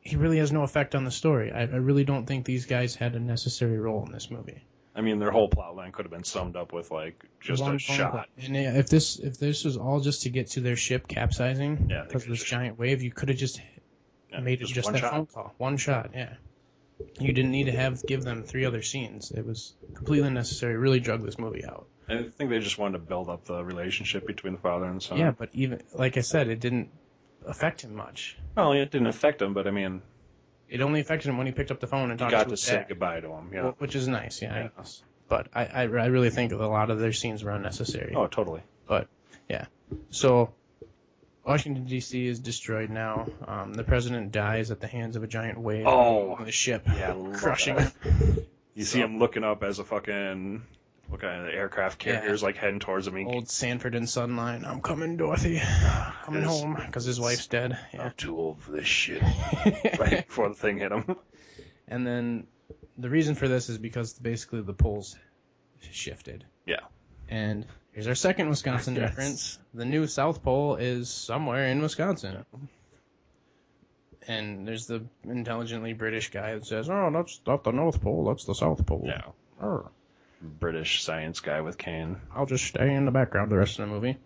[SPEAKER 2] he really has no effect on the story. I, I really don't think these guys had a necessary role in this movie.
[SPEAKER 1] I mean, their whole plot line could have been summed up with like just
[SPEAKER 2] One
[SPEAKER 1] a
[SPEAKER 2] phone
[SPEAKER 1] shot.
[SPEAKER 2] call. And yeah, if this if this was all just to get to their ship capsizing
[SPEAKER 1] Yeah, they
[SPEAKER 2] because of
[SPEAKER 1] could've
[SPEAKER 2] this
[SPEAKER 1] just-
[SPEAKER 2] giant wave, you could have just
[SPEAKER 1] Yeah,
[SPEAKER 2] made it just
[SPEAKER 1] one
[SPEAKER 2] that
[SPEAKER 1] shot.
[SPEAKER 2] phone call, one shot. Yeah, you didn't need to have give them three other scenes. It was completely unnecessary. Really drug this movie out.
[SPEAKER 1] I think they just wanted to build up the relationship between the father and the son.
[SPEAKER 2] yeah, but even like I said, it didn't affect him much.
[SPEAKER 1] Well, it didn't affect him, but I mean,
[SPEAKER 2] It only affected him when he picked up the phone and
[SPEAKER 1] he
[SPEAKER 2] talked
[SPEAKER 1] got to
[SPEAKER 2] to his
[SPEAKER 1] say
[SPEAKER 2] dad,
[SPEAKER 1] goodbye to him. Yeah.
[SPEAKER 2] wh- which is nice. Yeah, I
[SPEAKER 1] Yeah.
[SPEAKER 2] guess. but I, I I really think a lot of their scenes were unnecessary.
[SPEAKER 1] oh, totally.
[SPEAKER 2] So, Washington D.C. is destroyed now. Um, the president dies at the hands of a giant wave
[SPEAKER 1] Oh.
[SPEAKER 2] on the ship,
[SPEAKER 1] Yeah, I love
[SPEAKER 2] crushing
[SPEAKER 1] that.
[SPEAKER 2] him.
[SPEAKER 1] You see him looking up as a fucking what kind of aircraft carrier's like heading towards him. and
[SPEAKER 2] Old Sanford and Sunline. I'm coming, Dorothy. Coming
[SPEAKER 1] Yes.
[SPEAKER 2] home because his wife's dead. Yeah.
[SPEAKER 1] I'm too old for this shit. Oh. right before the thing hit him.
[SPEAKER 2] and then the reason for this is because basically the polls shifted.
[SPEAKER 1] Yeah.
[SPEAKER 2] And here's our second Wisconsin
[SPEAKER 1] Yes.
[SPEAKER 2] reference. The new South Pole is somewhere in Wisconsin. And there's the intelligently British guy that says, "Oh, that's not the North Pole. That's the South Pole."
[SPEAKER 1] Yeah.
[SPEAKER 2] Arr,
[SPEAKER 1] British science guy with cane.
[SPEAKER 2] I'll just stay in the background the rest of the movie.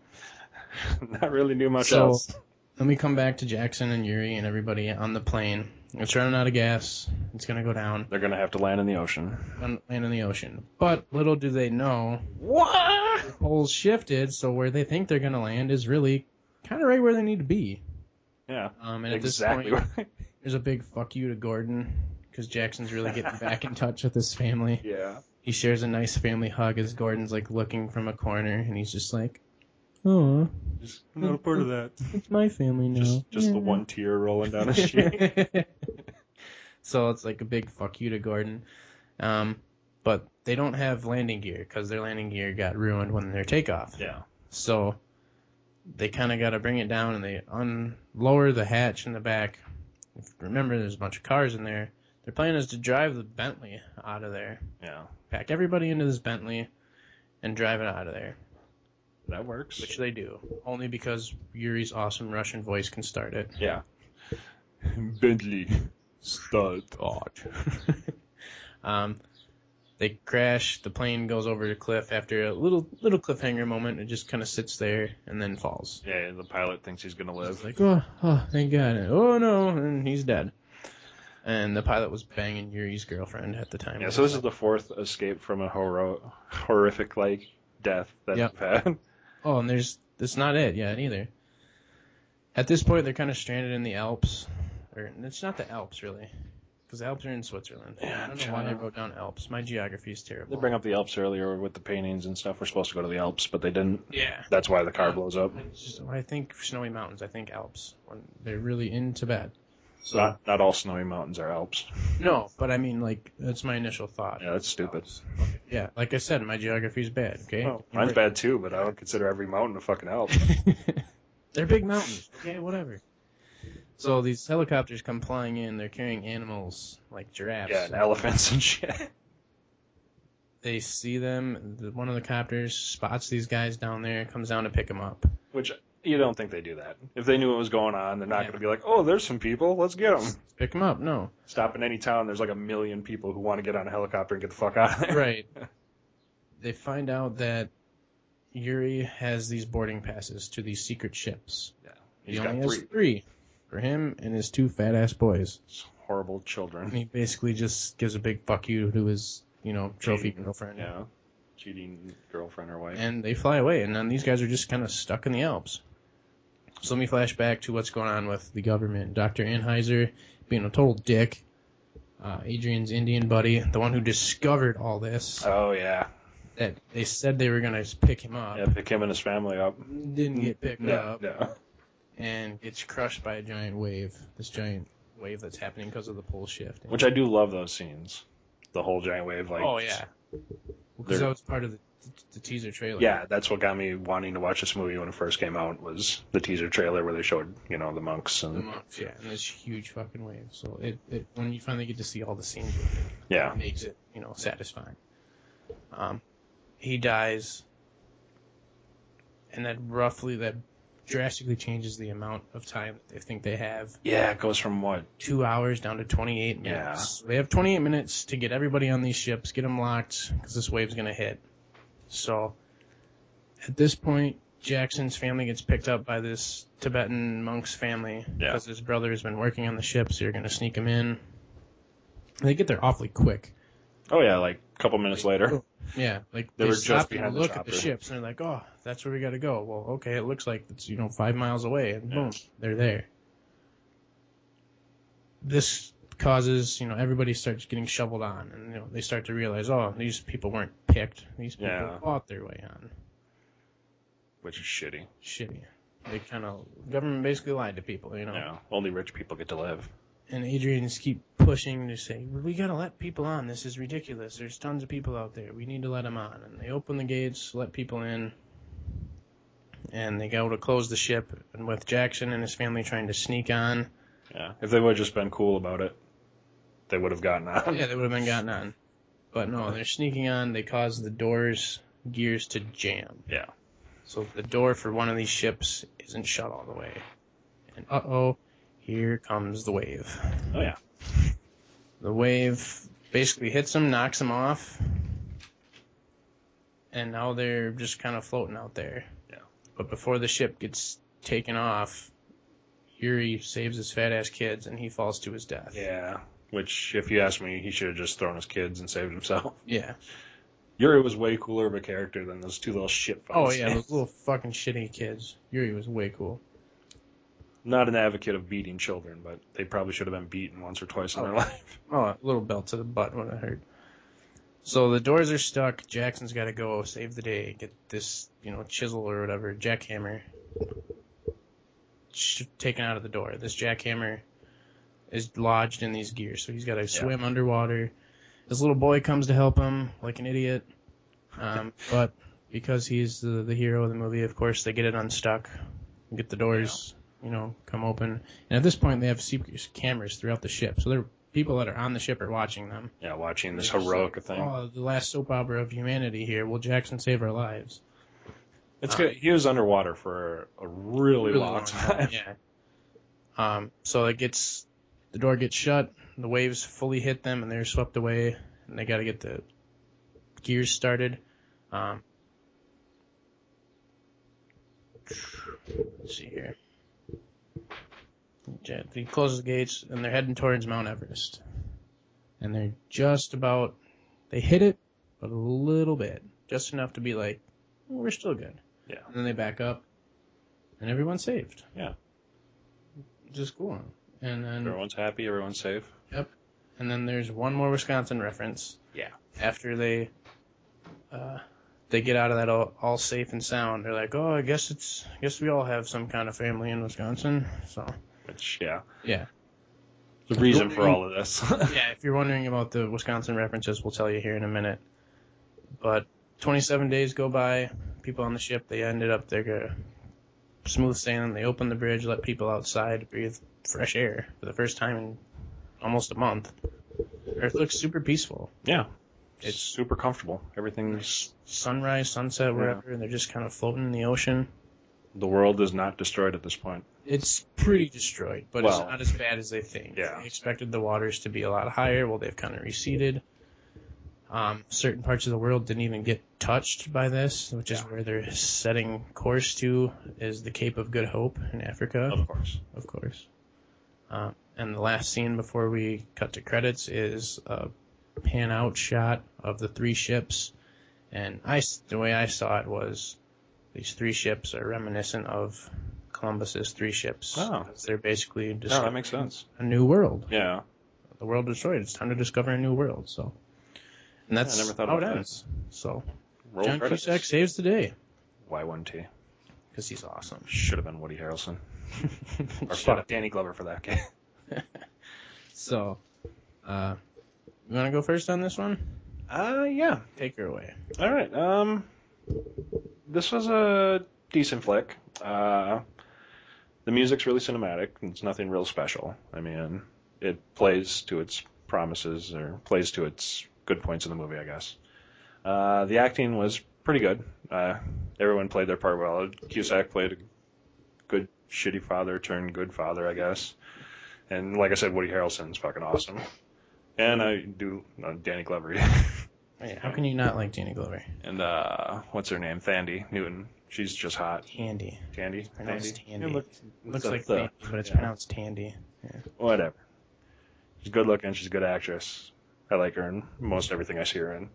[SPEAKER 1] Not really do much
[SPEAKER 2] So-
[SPEAKER 1] else.
[SPEAKER 2] Then we come back to Jackson and Yuri and everybody on the plane. It's running out of gas. It's gonna go down.
[SPEAKER 1] They're gonna have to land in the ocean.
[SPEAKER 2] on land in the ocean. But little do they know,
[SPEAKER 1] What?
[SPEAKER 2] poles shifted, so where they think they're going to land is really kind of right where they need to be.
[SPEAKER 1] Yeah.
[SPEAKER 2] Um, and
[SPEAKER 1] Exactly.
[SPEAKER 2] at this point, there's a big fuck you to Gordon because Jackson's really getting back in touch with his family.
[SPEAKER 1] yeah.
[SPEAKER 2] He shares a nice family hug as Gordon's like looking from a corner, and he's just like, "Oh,
[SPEAKER 1] Just not a part of that.
[SPEAKER 2] it's my family now."
[SPEAKER 1] Just just the one tear rolling down his cheek.
[SPEAKER 2] so it's like a big fuck you to Gordon. Um, but they don't have landing gear because their landing gear got ruined when their takeoff.
[SPEAKER 1] yeah.
[SPEAKER 2] So they kind of got to bring it down and they unlower the hatch in the back. If, remember, there's a bunch of cars in there. Their plan is to drive the Bentley out of there,
[SPEAKER 1] Yeah.
[SPEAKER 2] pack everybody into this Bentley, and drive it out of there,
[SPEAKER 1] That works.
[SPEAKER 2] which they do, only because Yuri's awesome Russian voice can start it.
[SPEAKER 1] yeah. Bentley. Stud.
[SPEAKER 2] um, they crash. The plane goes over a cliff after a little little cliffhanger moment. It just kind of sits there and then falls.
[SPEAKER 1] Yeah, the pilot thinks he's gonna live.
[SPEAKER 2] It's like, oh, oh, thank God. Oh, no, and he's dead. And the pilot was banging Yuri's girlfriend at the time.
[SPEAKER 1] Yeah, so this is the fourth escape from a horror, horrific like death that
[SPEAKER 2] Yep.
[SPEAKER 1] we've had.
[SPEAKER 2] Oh, and there's... That's not it yet, either. At this point, they're kind of stranded in the Alps. Or, it's not the Alps, really. Because the Alps are in Switzerland.
[SPEAKER 1] Yeah,
[SPEAKER 2] I don't know why I
[SPEAKER 1] China.
[SPEAKER 2] wrote down Alps. My geography is
[SPEAKER 1] They
[SPEAKER 2] terrible.
[SPEAKER 1] bring up the Alps earlier with the paintings and stuff. We're supposed to go to the Alps, but they didn't.
[SPEAKER 2] Yeah.
[SPEAKER 1] That's why the car blows up.
[SPEAKER 2] It's just- when I think snowy mountains, I think Alps. When they're really in Tibet. So
[SPEAKER 1] Not, not all snowy mountains are Alps.
[SPEAKER 2] no, but I mean, like that's my initial thought.
[SPEAKER 1] Yeah, that's stupid.
[SPEAKER 2] Yeah, like I said, my geography's bad. Okay,
[SPEAKER 1] Oh, mine's bad too, but I don't consider every mountain a fucking Alp.
[SPEAKER 2] They're big mountains. Okay, whatever. So these helicopters come flying in. They're carrying animals like giraffes.
[SPEAKER 1] Yeah, and elephants and shit.
[SPEAKER 2] They see them. The, one of the copters spots these guys down there. Comes down to pick them up.
[SPEAKER 1] Which you don't think they do that. If they knew what was going on, they're not
[SPEAKER 2] Yeah.
[SPEAKER 1] going to be like, "Oh, there's some people. Let's get them."
[SPEAKER 2] Pick them up? No.
[SPEAKER 1] Stop in any town. There's like a million people who want to get on a helicopter and get the fuck out of there.
[SPEAKER 2] Right. they find out that Yuri has these boarding passes to these secret ships.
[SPEAKER 1] He's
[SPEAKER 2] he
[SPEAKER 1] got
[SPEAKER 2] only
[SPEAKER 1] three
[SPEAKER 2] has three for him and his two fat ass boys.
[SPEAKER 1] horrible
[SPEAKER 2] And
[SPEAKER 1] children.
[SPEAKER 2] he basically just gives a big fuck you to his, you know, trophy
[SPEAKER 1] Cheating.
[SPEAKER 2] girlfriend.
[SPEAKER 1] Yeah, cheating girlfriend or wife.
[SPEAKER 2] and they fly away, and then these guys are just kind of stuck in the Alps. So let me flash back to what's going on with the government. Dr. Anheuser being a total dick. Uh, Adrian's Indian buddy, the one who discovered all this,
[SPEAKER 1] Oh yeah,
[SPEAKER 2] that they said they were going to pick him up,
[SPEAKER 1] yeah. Pick him and his family up.
[SPEAKER 2] didn't get picked
[SPEAKER 1] No,
[SPEAKER 2] up,
[SPEAKER 1] no.
[SPEAKER 2] and gets crushed by a giant wave. This giant wave that's happening because of the pole shift.
[SPEAKER 1] Which I do love those scenes. The whole giant wave, like
[SPEAKER 2] oh, yeah. Because
[SPEAKER 1] They're-
[SPEAKER 2] that was part of the, the teaser trailer.
[SPEAKER 1] Yeah, that's what got me wanting to watch this movie when it first came out was the teaser trailer where they showed, you know, the monks
[SPEAKER 2] The
[SPEAKER 1] and
[SPEAKER 2] monks, yeah, and this huge fucking wave. So it, it when you finally get to see all the scenes,
[SPEAKER 1] yeah.
[SPEAKER 2] makes it you know satisfying. Um, he dies, and that roughly that drastically changes the amount of time that they think they have.
[SPEAKER 1] Yeah, it goes from what?
[SPEAKER 2] Two hours down to 28
[SPEAKER 1] Yeah.
[SPEAKER 2] minutes. They have 28 minutes to get everybody on these ships, get them locked, because this wave's gonna hit. So, at this point, Jackson's family gets picked up by this Tibetan monk's family
[SPEAKER 1] Yeah.
[SPEAKER 2] because his brother has been working on the ship, so you're gonna sneak him in. They get there awfully quick.
[SPEAKER 1] Oh yeah, like a couple minutes later.
[SPEAKER 2] Yeah, like
[SPEAKER 1] They
[SPEAKER 2] they,
[SPEAKER 1] were just
[SPEAKER 2] stop
[SPEAKER 1] behind
[SPEAKER 2] and
[SPEAKER 1] the
[SPEAKER 2] look at the
[SPEAKER 1] chopper.
[SPEAKER 2] ships, and they're like, "Oh, that's where we got to go." Well, okay, it looks like it's you know five miles away, and boom, they're there. This causes you know everybody starts getting shoveled on, and you know they start to realize, "Oh, these people weren't picked; these people
[SPEAKER 1] Yeah.
[SPEAKER 2] fought their way on."
[SPEAKER 1] Which is shitty.
[SPEAKER 2] Shitty. They kind of government basically lied to people, you know.
[SPEAKER 1] Yeah. Only rich people get to live.
[SPEAKER 2] And Adrian's keep pushing to say, "We gotta let people on. This is ridiculous. There's tons of people out there. We need to let them on." And they open the gates, let people in, and they go to close the ship. And with Jackson and his family trying to sneak on,
[SPEAKER 1] Yeah. If they would have just been cool about it, they would have gotten out.
[SPEAKER 2] yeah, they would have been gotten on. But no, they're sneaking on. They cause the doors gears to jam.
[SPEAKER 1] Yeah.
[SPEAKER 2] So the door for one of these ships isn't shut all the way. And uh oh, here comes the wave.
[SPEAKER 1] Oh yeah.
[SPEAKER 2] The wave basically hits them, knocks them off, and now they're just kind of floating out there.
[SPEAKER 1] Yeah.
[SPEAKER 2] But before the ship gets taken off, Yuri saves his fat ass kids and he falls to his death.
[SPEAKER 1] Yeah. Which if you ask me, he should have just thrown his kids and saved himself.
[SPEAKER 2] Yeah.
[SPEAKER 1] Yuri was way cooler of a character than those two little shit
[SPEAKER 2] Oh yeah, those little fucking shitty kids. Yuri was way cool.
[SPEAKER 1] Not an advocate of beating children, but they probably should have been beaten once or twice in their life.
[SPEAKER 2] Oh, a little belt to the butt would have hurt. So the doors are stuck. Jackson's got to go save the day. Get this, you know, chisel or whatever, jackhammer, sh- taken out of the door. This jackhammer is lodged in these gears, so he's got to swim underwater. His little boy comes to help him, like an idiot. Um, but because he's the, the hero of the movie, of course, they get it unstuck, get the doors, you know, come open. And at this point, they have secret cameras throughout the ship, so they're people that are on the ship are watching them.
[SPEAKER 1] Yeah, watching this
[SPEAKER 2] They're just
[SPEAKER 1] heroic
[SPEAKER 2] like,
[SPEAKER 1] thing.
[SPEAKER 2] Oh, the last soap opera of humanity here. Will Jackson save our lives?
[SPEAKER 1] It's
[SPEAKER 2] Uh,
[SPEAKER 1] good. He was underwater for a really, long, time.
[SPEAKER 2] Yeah. Um, so it gets the door gets shut, the waves fully hit them, and they're swept away. And they got to get the gears started. Um, let's see here. Ja- He closes the gates, and they're heading towards Mount Everest. And they're just about they hit it, but a little bit, just enough to be like, we're still good.
[SPEAKER 1] Yeah.
[SPEAKER 2] And then they back up, and everyone's saved.
[SPEAKER 1] Yeah.
[SPEAKER 2] Just cool. And then
[SPEAKER 1] Everyone's happy. Everyone's safe.
[SPEAKER 2] and then there's one more Wisconsin reference.
[SPEAKER 1] Yeah.
[SPEAKER 2] After they, uh, they get out of that all, all safe and sound, they're like, oh, I guess it's, I guess we all have some kind of family in Wisconsin. So
[SPEAKER 1] Which, yeah.
[SPEAKER 2] Yeah.
[SPEAKER 1] The reason for all of this.
[SPEAKER 2] yeah, if you're wondering about the Wisconsin references, we'll tell you here in a minute. But 27 days go by. People on the ship, they ended up they're gonna smooth sailing. They open the bridge, let people outside to breathe fresh air for the first time in almost a month. Earth looks super peaceful.
[SPEAKER 1] yeah. It's
[SPEAKER 2] It's
[SPEAKER 1] super comfortable. Everything's.
[SPEAKER 2] sunrise, sunset, wherever, and they're just kind of floating in the ocean.
[SPEAKER 1] The world is not destroyed at this point.
[SPEAKER 2] It's pretty destroyed, but it's
[SPEAKER 1] Well,
[SPEAKER 2] not as bad as they think.
[SPEAKER 1] yeah.
[SPEAKER 2] They expected the waters to be a lot higher. Well, they've kind of receded. Um, certain parts of the world didn't even get touched by this, which is
[SPEAKER 1] Yeah.
[SPEAKER 2] where they're setting course to is the Cape of Good Hope in Africa,
[SPEAKER 1] Of course.
[SPEAKER 2] of course. Uh, and the last scene before we cut to credits is a pan out shot of the three ships, and I s- the way I saw it was these three ships are reminiscent of Columbus's three ships.
[SPEAKER 1] Oh.
[SPEAKER 2] 'cause They're basically
[SPEAKER 1] No, that
[SPEAKER 2] discovering
[SPEAKER 1] makes sense.
[SPEAKER 2] a new world
[SPEAKER 1] Yeah.
[SPEAKER 2] the world destroyed. It's time to discover a new world. So, and that's
[SPEAKER 1] never thought
[SPEAKER 2] how it
[SPEAKER 1] about that.
[SPEAKER 2] ends. So,
[SPEAKER 1] Roll
[SPEAKER 2] John
[SPEAKER 1] credits.
[SPEAKER 2] Cusack saves the day
[SPEAKER 1] Y1T.
[SPEAKER 2] because he's awesome.
[SPEAKER 1] Should have been Woody Harrelson. Or
[SPEAKER 2] Shut
[SPEAKER 1] fuck
[SPEAKER 2] up.
[SPEAKER 1] Danny Glover for that game.
[SPEAKER 2] So, uh, you want to go first on this one?
[SPEAKER 1] Uh, yeah.
[SPEAKER 2] Take her away.
[SPEAKER 1] All right. Um, this was a decent flick. Uh, the music's really cinematic. and It's nothing real special. I mean, it plays to its promises or plays to its good points in the movie, I guess. Uh, the acting was pretty good. Uh, everyone played their part well. Cusack played a good shitty father turned good father, I guess. And like I said, Woody Harrelson's fucking awesome. And I do uh, Danny Glover.
[SPEAKER 2] Oh, Yeah, how can you not like Danny Glover?
[SPEAKER 1] and uh, what's her name? Thandi Newton. She's just hot.
[SPEAKER 2] Tandy.
[SPEAKER 1] Tandy.
[SPEAKER 2] Pronounced Tandy.
[SPEAKER 1] It look-
[SPEAKER 2] Looks
[SPEAKER 1] it's a
[SPEAKER 2] like
[SPEAKER 1] th-
[SPEAKER 2] Tandy, but it's
[SPEAKER 1] yeah.
[SPEAKER 2] pronounced Tandy.
[SPEAKER 1] whatever. She's good looking. She's a good actress. I like her in most everything I see her in.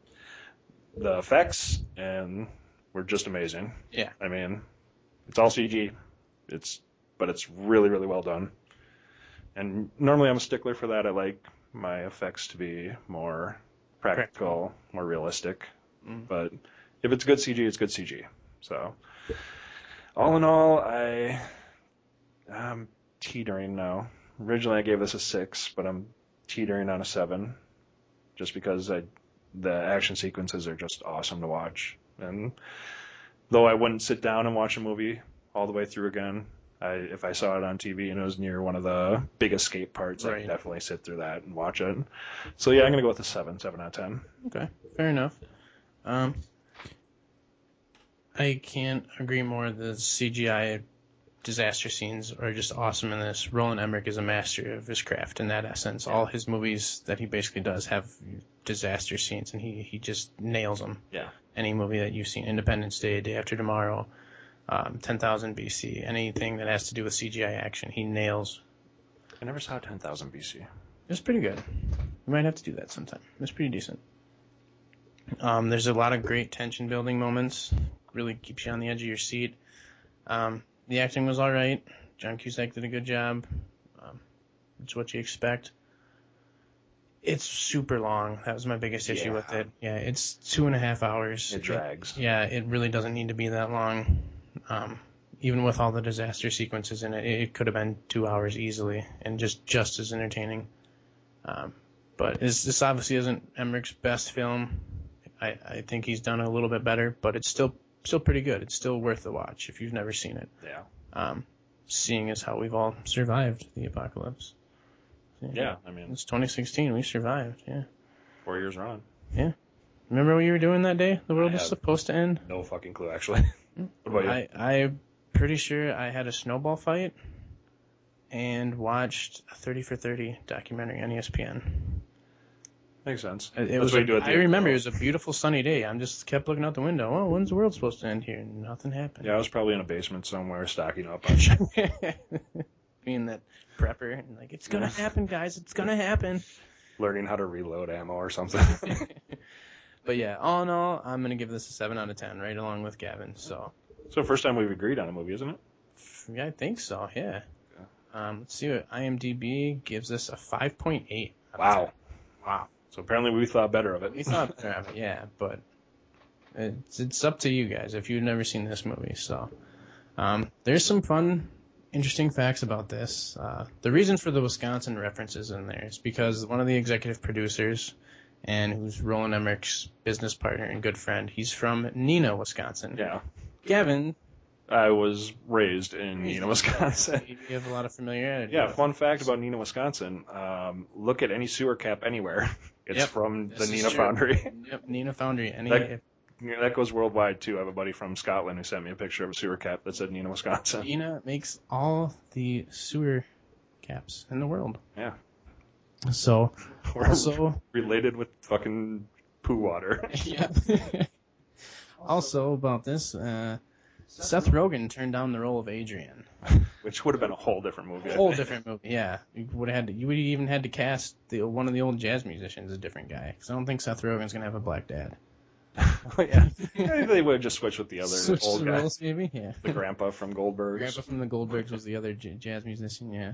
[SPEAKER 1] The effects and were just amazing.
[SPEAKER 2] Yeah.
[SPEAKER 1] I mean, it's all CG. It's but it's really really well done. And normally I'm a stickler for that. I like my effects to be more practical, more realistic.
[SPEAKER 2] Mm.
[SPEAKER 1] But if it's good CG, it's good CG. So all in all, I I'm teetering now. Originally I gave this a six, but I'm teetering on a seven, just because I the action sequences are just awesome to watch. And though I wouldn't sit down and watch a movie all the way through again, I if I saw it on TV and it was near one of the big escape parts, I
[SPEAKER 2] Right.
[SPEAKER 1] could definitely sit through that and watch it. So yeah, I'm gonna go with a seven, seven out of ten.
[SPEAKER 2] Okay, fair enough. Um, I can't agree more. The CGI disaster scenes are just awesome in this. Roland Emmerich is a master of his craft in that essence. All his movies that he basically does have disaster scenes, and he, he just nails them.
[SPEAKER 1] Yeah.
[SPEAKER 2] Any movie that you've seen, Independence Day, Day After Tomorrow, um, 10,000 BC, anything that has to do with CGI action, he nails.
[SPEAKER 1] I never saw ten thousand BC.
[SPEAKER 2] It's pretty good. We might have to do that sometime. It's pretty decent. Um, there's a lot of great tension building moments. Really keeps you on the edge of your seat. Um, the acting was all right. John Cusack did a good job. Um, it's what you expect. It's super long. That was my biggest issue with
[SPEAKER 1] Yeah.
[SPEAKER 2] it. Yeah, it's two and a half hours.
[SPEAKER 1] It drags.
[SPEAKER 2] Yeah, it really doesn't need to be that long. Um, even with all the disaster sequences in it, it it could have been two hours easily and just just as entertaining. Um, but this, this obviously isn't Emmerich's best film. I, I think he's done a little bit better, but it's still still pretty good. It's still worth the watch if you've never seen it.
[SPEAKER 1] Yeah.
[SPEAKER 2] Um, seeing as how we've all survived the apocalypse.
[SPEAKER 1] Yeah. I mean,
[SPEAKER 2] It's 2016. We survived. Yeah.
[SPEAKER 1] four years on.
[SPEAKER 2] Remember what you were doing that day? The world
[SPEAKER 1] I
[SPEAKER 2] was
[SPEAKER 1] have-
[SPEAKER 2] supposed to end.
[SPEAKER 1] No fucking clue, actually. what about you?
[SPEAKER 2] Mm. I, I'm pretty sure I had a snowball fight and watched a 30 for 30 documentary on E ESPN.
[SPEAKER 1] Makes sense.
[SPEAKER 2] It, it
[SPEAKER 1] That's
[SPEAKER 2] was
[SPEAKER 1] what
[SPEAKER 2] a-
[SPEAKER 1] you do at the
[SPEAKER 2] I
[SPEAKER 1] end.
[SPEAKER 2] remember it was a beautiful sunny day. I'm just kept looking out the window. Oh, when's the world supposed to end here? Nothing happened.
[SPEAKER 1] Yeah, I was probably in a basement somewhere stocking up on shit.
[SPEAKER 2] Being that prepper and like, it's gonna
[SPEAKER 1] Yeah.
[SPEAKER 2] happen, guys. It's gonna happen.
[SPEAKER 1] learning how to reload ammo or something.
[SPEAKER 2] But yeah, all in all, I'm gonna give this a seven out of ten, right along with Gavin. So
[SPEAKER 1] so first time we've agreed on a movie, isn't it?
[SPEAKER 2] yeah, I think so. Yeah. Um, let's see what IMDb gives us a 5.8.
[SPEAKER 1] Wow. Wow. So apparently we thought better of it.
[SPEAKER 2] We thought better of it, yeah, but it's it's up to you guys if you've never seen this movie. So um, there's some fun, interesting facts about this. Uh, the reason for the Wisconsin references in there is because one of the executive producers, and who's Roland Emmerich's business partner and good friend, he's from Nina, Wisconsin.
[SPEAKER 1] yeah.
[SPEAKER 2] Gavin,
[SPEAKER 1] I was raised in Nina, Wisconsin.
[SPEAKER 2] you you have a lot of familiarity.
[SPEAKER 1] Yeah,
[SPEAKER 2] with
[SPEAKER 1] fun fact about Nina, Wisconsin. Um, look at any sewer cap anywhere. It's
[SPEAKER 2] Yep.
[SPEAKER 1] from the
[SPEAKER 2] This is
[SPEAKER 1] Nina
[SPEAKER 2] true.
[SPEAKER 1] Foundry.
[SPEAKER 2] Yep, Nina Foundry. Any,
[SPEAKER 1] That- that goes worldwide too. I have a buddy from Scotland who sent me a picture of a sewer cap that said Nina, Wisconsin.
[SPEAKER 2] Nina makes all the sewer caps in the world.
[SPEAKER 1] Yeah.
[SPEAKER 2] So
[SPEAKER 1] We're
[SPEAKER 2] also
[SPEAKER 1] related with fucking poo water.
[SPEAKER 2] yeah. also about this, uh, Seth Rogen turned down the role of Adrian.
[SPEAKER 1] Which would have been a whole different movie. I
[SPEAKER 2] Whole
[SPEAKER 1] think.
[SPEAKER 2] different movie. Yeah, you would have had to. You would even had to cast the one of the old jazz musicians, a different guy. Because I don't think Seth Rogen's gonna have a black dad.
[SPEAKER 1] Oh, yeah. Maybe they would have just switched with the other
[SPEAKER 2] Switch
[SPEAKER 1] old
[SPEAKER 2] the
[SPEAKER 1] guy,
[SPEAKER 2] roles, maybe. Yeah.
[SPEAKER 1] the grandpa from Goldberg.
[SPEAKER 2] Grandpa from the Goldbergs was the other j- jazz musician. Yeah.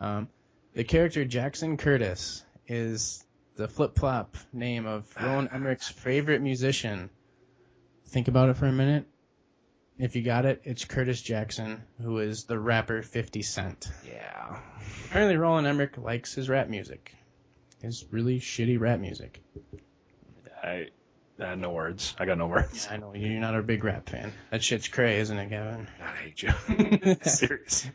[SPEAKER 2] Um, the character Jackson Curtis is the flip flop name of Roland Emmerich's favorite musician. Think about it for a minute. If you got it, it's Curtis Jackson, who is the rapper 50 Cent.
[SPEAKER 1] Yeah.
[SPEAKER 2] Apparently, Roland Emmerich likes his rap music. His really shitty rap music.
[SPEAKER 1] I, I had no words. I got no words.
[SPEAKER 2] Yeah, I know you're not a big rap fan. That shit's cray, isn't it, Gavin?
[SPEAKER 1] I hate you. Seriously.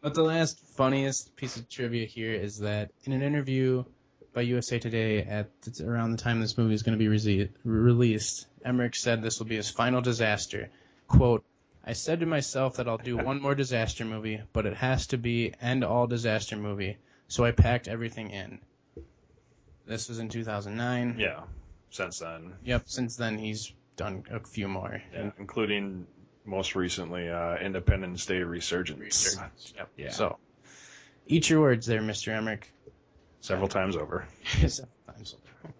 [SPEAKER 2] But the last funniest piece of trivia here is that in an interview by USA Today at it's around the time this movie is going to be rese- released, Emmerich said this will be his final disaster. "Quote: I said to myself that I'll do one more disaster movie, but it has to be end all disaster movie, so I packed everything in." This was in 2009.
[SPEAKER 1] Yeah. Since then,
[SPEAKER 2] Yep. Since then, he's done a few more.
[SPEAKER 1] in- including most recently uh, Independence Day Resurgence.
[SPEAKER 2] Yep.
[SPEAKER 1] Yeah.
[SPEAKER 2] So, eat your words there, Mr. Emmerich.
[SPEAKER 1] Several times over.
[SPEAKER 2] Seven times over.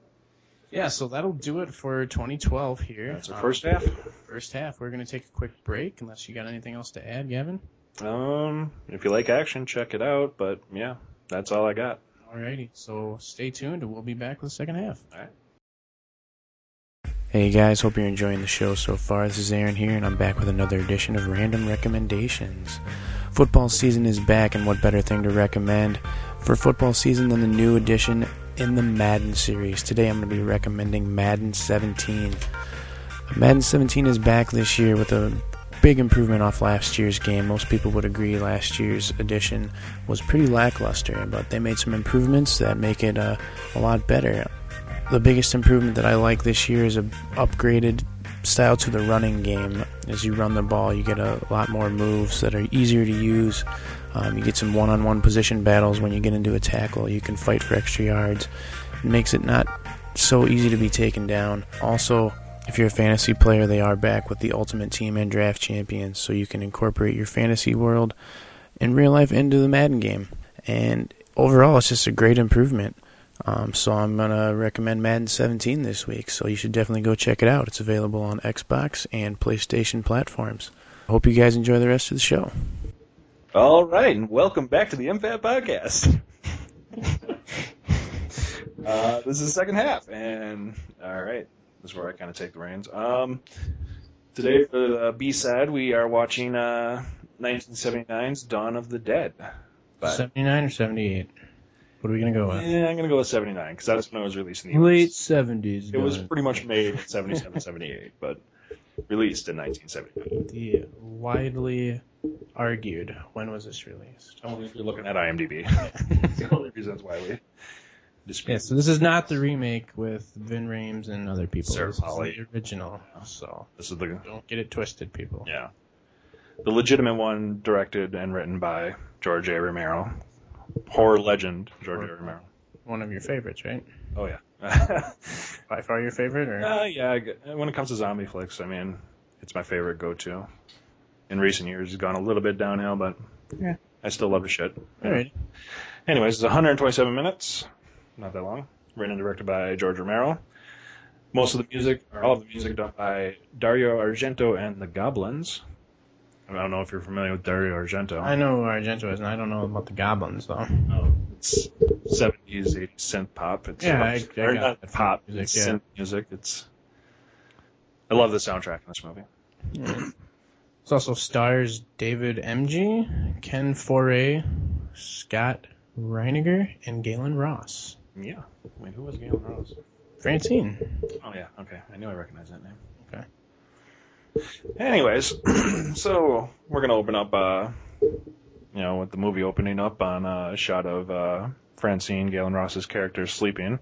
[SPEAKER 2] Yeah, so that'll do it for 2012 here.
[SPEAKER 1] That's our
[SPEAKER 2] Um,
[SPEAKER 1] first half.
[SPEAKER 2] first half. We're going to take a quick break, unless you got anything else to add, Gavin.
[SPEAKER 1] Um, if you like action, check it out. But yeah, that's all I got.
[SPEAKER 2] Alrighty, so stay tuned, and we'll be back with the second half.
[SPEAKER 1] Alright.
[SPEAKER 2] Hey guys, hope you're enjoying the show so far. This is Aaron here, and I'm back with another edition of Random Recommendations. Football season is back, and what better thing to recommend for football season than the new edition in the Madden series? Today I'm going to be recommending Madden 17. Madden 17 is back this year with a big improvement off last year's game. Most people would agree last year's edition was pretty lackluster, but they made some improvements that make it uh, a lot better. The biggest improvement that I like this year is a upgraded style to the running game. As you run the ball, you get a lot more moves that are easier to use. Um, you get some one-on-one position battles when you get into a tackle. You can fight for extra yards. It makes it not so easy to be taken down. Also, if you're a fantasy player, they are back with the Ultimate Team and Draft Champions, so you can incorporate your fantasy world in real life into the Madden game. And overall, it's just a great improvement. Um, so I'm gonna recommend Madden 17 this week. So you should definitely go check it out. It's available on Xbox and PlayStation platforms. Hope you guys enjoy the rest of the show.
[SPEAKER 1] All right, and welcome back to the MFAT podcast. uh, this is the second half, and all right, this is where I kind of take the reins. Um, today for the B side, we are watching uh, 1979's Dawn of the Dead. But-
[SPEAKER 2] 79 or 78? What are we gonna go
[SPEAKER 1] Yeah, I'm gonna go with 79 because that's when I was releasing the
[SPEAKER 2] Late 70s.
[SPEAKER 1] It was pretty much made in 77, 78, but released in 1979.
[SPEAKER 2] the widely argued. When was this released?
[SPEAKER 1] Only if you're looking at IMDb. the only reasons why we dispute.
[SPEAKER 2] Yeah, so this is not the remake with Vin Rames and other people.
[SPEAKER 1] Sarah
[SPEAKER 2] this is
[SPEAKER 1] Polley.
[SPEAKER 2] the original. So
[SPEAKER 1] This is the
[SPEAKER 2] don't get it twisted, people.
[SPEAKER 1] yeah, the legitimate one, directed and written by George A. Romero, horror legend George A. Romero.
[SPEAKER 2] One of your favorites, right?
[SPEAKER 1] Oh yeah.
[SPEAKER 2] By far your favorite, or
[SPEAKER 1] Uh, yeah, I gu- when it comes to zombie flicks, I mean, it's my favorite go-to. In recent years, it's gone a little bit downhill, but
[SPEAKER 2] Yeah.
[SPEAKER 1] I still love the shit.
[SPEAKER 2] all right.
[SPEAKER 1] Anyways, it's 127 minutes, not that long. Written and directed by George Romero. Most of the music, or all of the music, done by Dario Argento and the Goblins. I don't know if you're familiar with Dario Argento.
[SPEAKER 2] I know who Argento is, and I don't know about the goblins though.
[SPEAKER 1] know. It's 70s, 80s synth pop. It's
[SPEAKER 2] Yeah, I- I
[SPEAKER 1] or
[SPEAKER 2] got
[SPEAKER 1] not
[SPEAKER 2] that from
[SPEAKER 1] pop
[SPEAKER 2] music,
[SPEAKER 1] it's
[SPEAKER 2] yeah.
[SPEAKER 1] synth music. It's. I love the soundtrack in this movie.
[SPEAKER 2] This also stars David MG, Ken Foray, Scott Reiniger, and Galen Ross.
[SPEAKER 1] Yeah. Wait, who was Galen Rose?
[SPEAKER 2] Francine.
[SPEAKER 1] Oh yeah, okay. I knew I recognized that name.
[SPEAKER 2] Okay.
[SPEAKER 1] Anyways, so we're gonna open up, uh, you know, with the movie opening up on uh, a shot of uh, Francine Galen Ross's character sleeping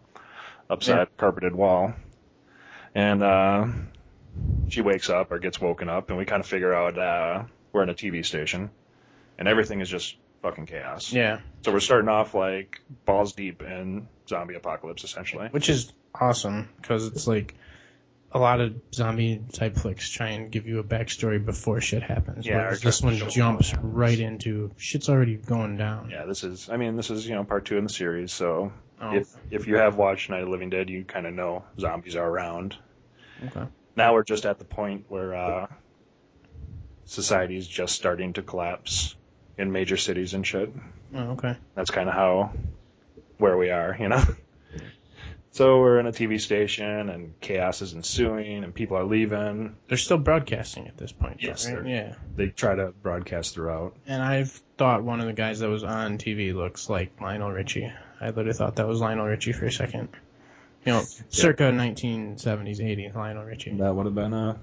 [SPEAKER 1] upside
[SPEAKER 2] Yeah.
[SPEAKER 1] a carpeted wall, and uh, she wakes up or gets woken up, and we kind of figure out uh, we're in a TV station, and everything is just fucking chaos.
[SPEAKER 2] Yeah,
[SPEAKER 1] So we're starting off like balls deep in zombie apocalypse, essentially.
[SPEAKER 2] which is awesome because it's like a lot of zombie type flicks try and give you a backstory before shit happens.
[SPEAKER 1] Yeah,
[SPEAKER 2] whereas
[SPEAKER 1] or
[SPEAKER 2] this
[SPEAKER 1] just
[SPEAKER 2] one
[SPEAKER 1] show
[SPEAKER 2] jumps
[SPEAKER 1] what happens.
[SPEAKER 2] right into shit's already going down.
[SPEAKER 1] Yeah, this is. I mean, this is you know part two in the series, so
[SPEAKER 2] Oh,
[SPEAKER 1] if if you have watched Night of the Living Dead, you kind of know zombies are around.
[SPEAKER 2] okay.
[SPEAKER 1] Now we're just at the point where uh, society is just starting to collapse in major cities and shit.
[SPEAKER 2] Oh, okay.
[SPEAKER 1] That's kind of how where we are, you know. So we're in a TV station, and chaos is ensuing, and people are leaving.
[SPEAKER 2] They're still broadcasting at this point. though,
[SPEAKER 1] Yes,
[SPEAKER 2] right?
[SPEAKER 1] they're-
[SPEAKER 2] Yeah.
[SPEAKER 1] They try to broadcast throughout.
[SPEAKER 2] And I've thought one of the guys that was on TV looks like Lionel Richie. I literally thought that was Lionel Richie for a second. You know, circa 1970s, 80s Lionel Richie.
[SPEAKER 3] That would have been uh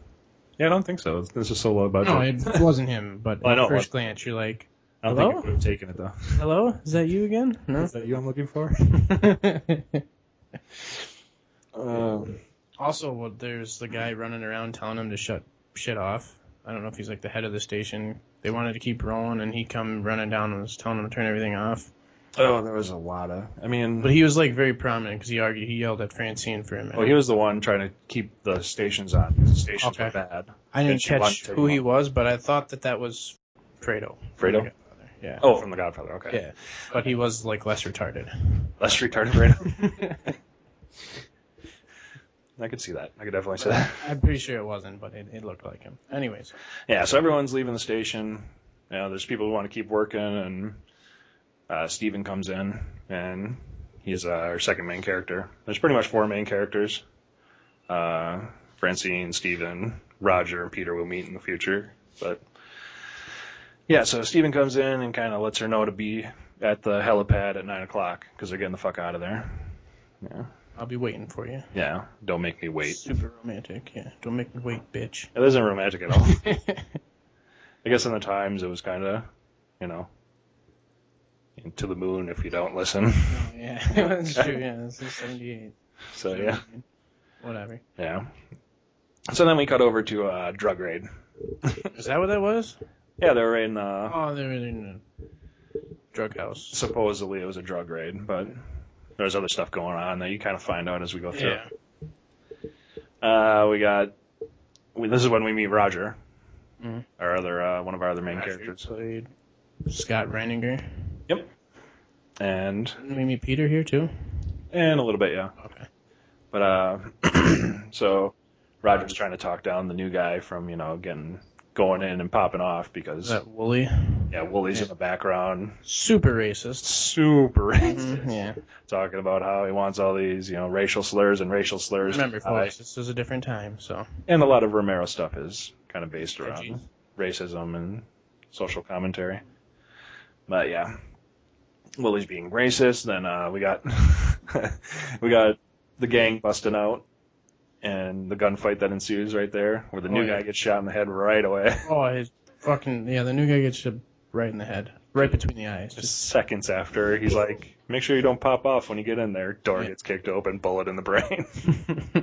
[SPEAKER 3] Yeah, I don't think so. This is so low budget.
[SPEAKER 2] No, it wasn't him, but
[SPEAKER 1] Well, I know
[SPEAKER 2] at
[SPEAKER 1] it
[SPEAKER 2] first glance, you're like,
[SPEAKER 3] I don't
[SPEAKER 2] Hello?
[SPEAKER 3] think it would have taken it though.
[SPEAKER 2] hello? Is that you again? No.
[SPEAKER 3] Is that you I'm looking for?
[SPEAKER 1] Uh,
[SPEAKER 2] also, well, there's the guy running around telling him to shut shit off. I don't know if he's like the head of the station. They wanted to keep rolling, and he come running down and was telling him to turn everything off.
[SPEAKER 1] oh, there was a lot of. I mean,
[SPEAKER 2] But he was like very prominent because he argued, he yelled at Francine for a minute.
[SPEAKER 1] Well, oh, he was the one trying to keep the stations on. 'cause The stations
[SPEAKER 2] Okay.
[SPEAKER 1] were bad.
[SPEAKER 2] I didn't
[SPEAKER 1] Vince Vaughn
[SPEAKER 2] catch
[SPEAKER 1] took
[SPEAKER 2] who
[SPEAKER 1] him
[SPEAKER 2] he
[SPEAKER 1] off.
[SPEAKER 2] was, but I thought that that was Fredo.
[SPEAKER 1] Fredo?
[SPEAKER 2] Yeah.
[SPEAKER 1] Oh, from The Godfather. Okay.
[SPEAKER 2] Yeah. But he was like less retarded.
[SPEAKER 1] Less retarded Fredo. I could see that. I could definitely see that.
[SPEAKER 2] I'm pretty sure it wasn't, but it, it looked like him. Anyways,
[SPEAKER 1] Yeah. So everyone's leaving the station. You know, there's people who want to keep working, and uh, Steven comes in, and he's uh, our second main character. There's pretty much four main characters. Uh, Francine, Steven, Roger, and Peter will meet in the future. But yeah, so Steven comes in and kind of lets her know to be at the helipad at nine o'clock because they're getting the fuck out of there. Yeah,
[SPEAKER 2] I'll be waiting for you.
[SPEAKER 1] yeah. Don't make me wait.
[SPEAKER 2] Super romantic. Yeah. Don't make me wait, bitch.
[SPEAKER 1] It isn't romantic at all. I guess in the times it was kind of, you know, to the moon if you don't listen.
[SPEAKER 2] yeah. That's true. Yeah. This is 78.
[SPEAKER 1] So yeah,
[SPEAKER 2] Whatever.
[SPEAKER 1] yeah. So then we cut over to uh, drug raid.
[SPEAKER 2] Is that what that was?
[SPEAKER 1] Yeah, they were in. Uh,
[SPEAKER 2] Oh, they were in a drug house.
[SPEAKER 1] supposedly it was a drug raid, but there's other stuff going on that you kind of find out as we go through.
[SPEAKER 2] Yeah.
[SPEAKER 1] Uh, we got. We, this is when we meet Roger,
[SPEAKER 2] Mhm.
[SPEAKER 1] our other uh, one of our other main characters,
[SPEAKER 2] Played Scott Reininger.
[SPEAKER 1] and
[SPEAKER 2] Didn't we meet Peter here too?
[SPEAKER 1] and a little bit, yeah.
[SPEAKER 2] Okay.
[SPEAKER 1] But uh, so Roger's trying to talk down the new guy from you know getting going in and popping off because
[SPEAKER 2] Is that Wooly?
[SPEAKER 1] yeah, Wooly's in the background,
[SPEAKER 2] Super racist.
[SPEAKER 1] super
[SPEAKER 2] Mhm, yeah.
[SPEAKER 1] talking about how he wants all these you know racial slurs and racial slurs.
[SPEAKER 2] Remember,
[SPEAKER 1] Uh,
[SPEAKER 2] folks, this was a different time, so
[SPEAKER 1] and a lot of Romero stuff is kind of based
[SPEAKER 2] Oh,
[SPEAKER 1] around
[SPEAKER 2] geez.
[SPEAKER 1] racism and social commentary. But yeah, Willie's being racist. Then uh, we got we got the gang busting out, and the gunfight that ensues right there, where the
[SPEAKER 2] Oh,
[SPEAKER 1] new
[SPEAKER 2] yeah.
[SPEAKER 1] guy gets shot in the head right away,
[SPEAKER 2] oh, his fucking yeah, the new guy gets hit right in the head, right between the eyes. Just
[SPEAKER 1] just seconds after. He's like, "Make sure you don't pop off when you get in there." Door
[SPEAKER 2] Yeah.
[SPEAKER 1] gets kicked open, bullet in the brain.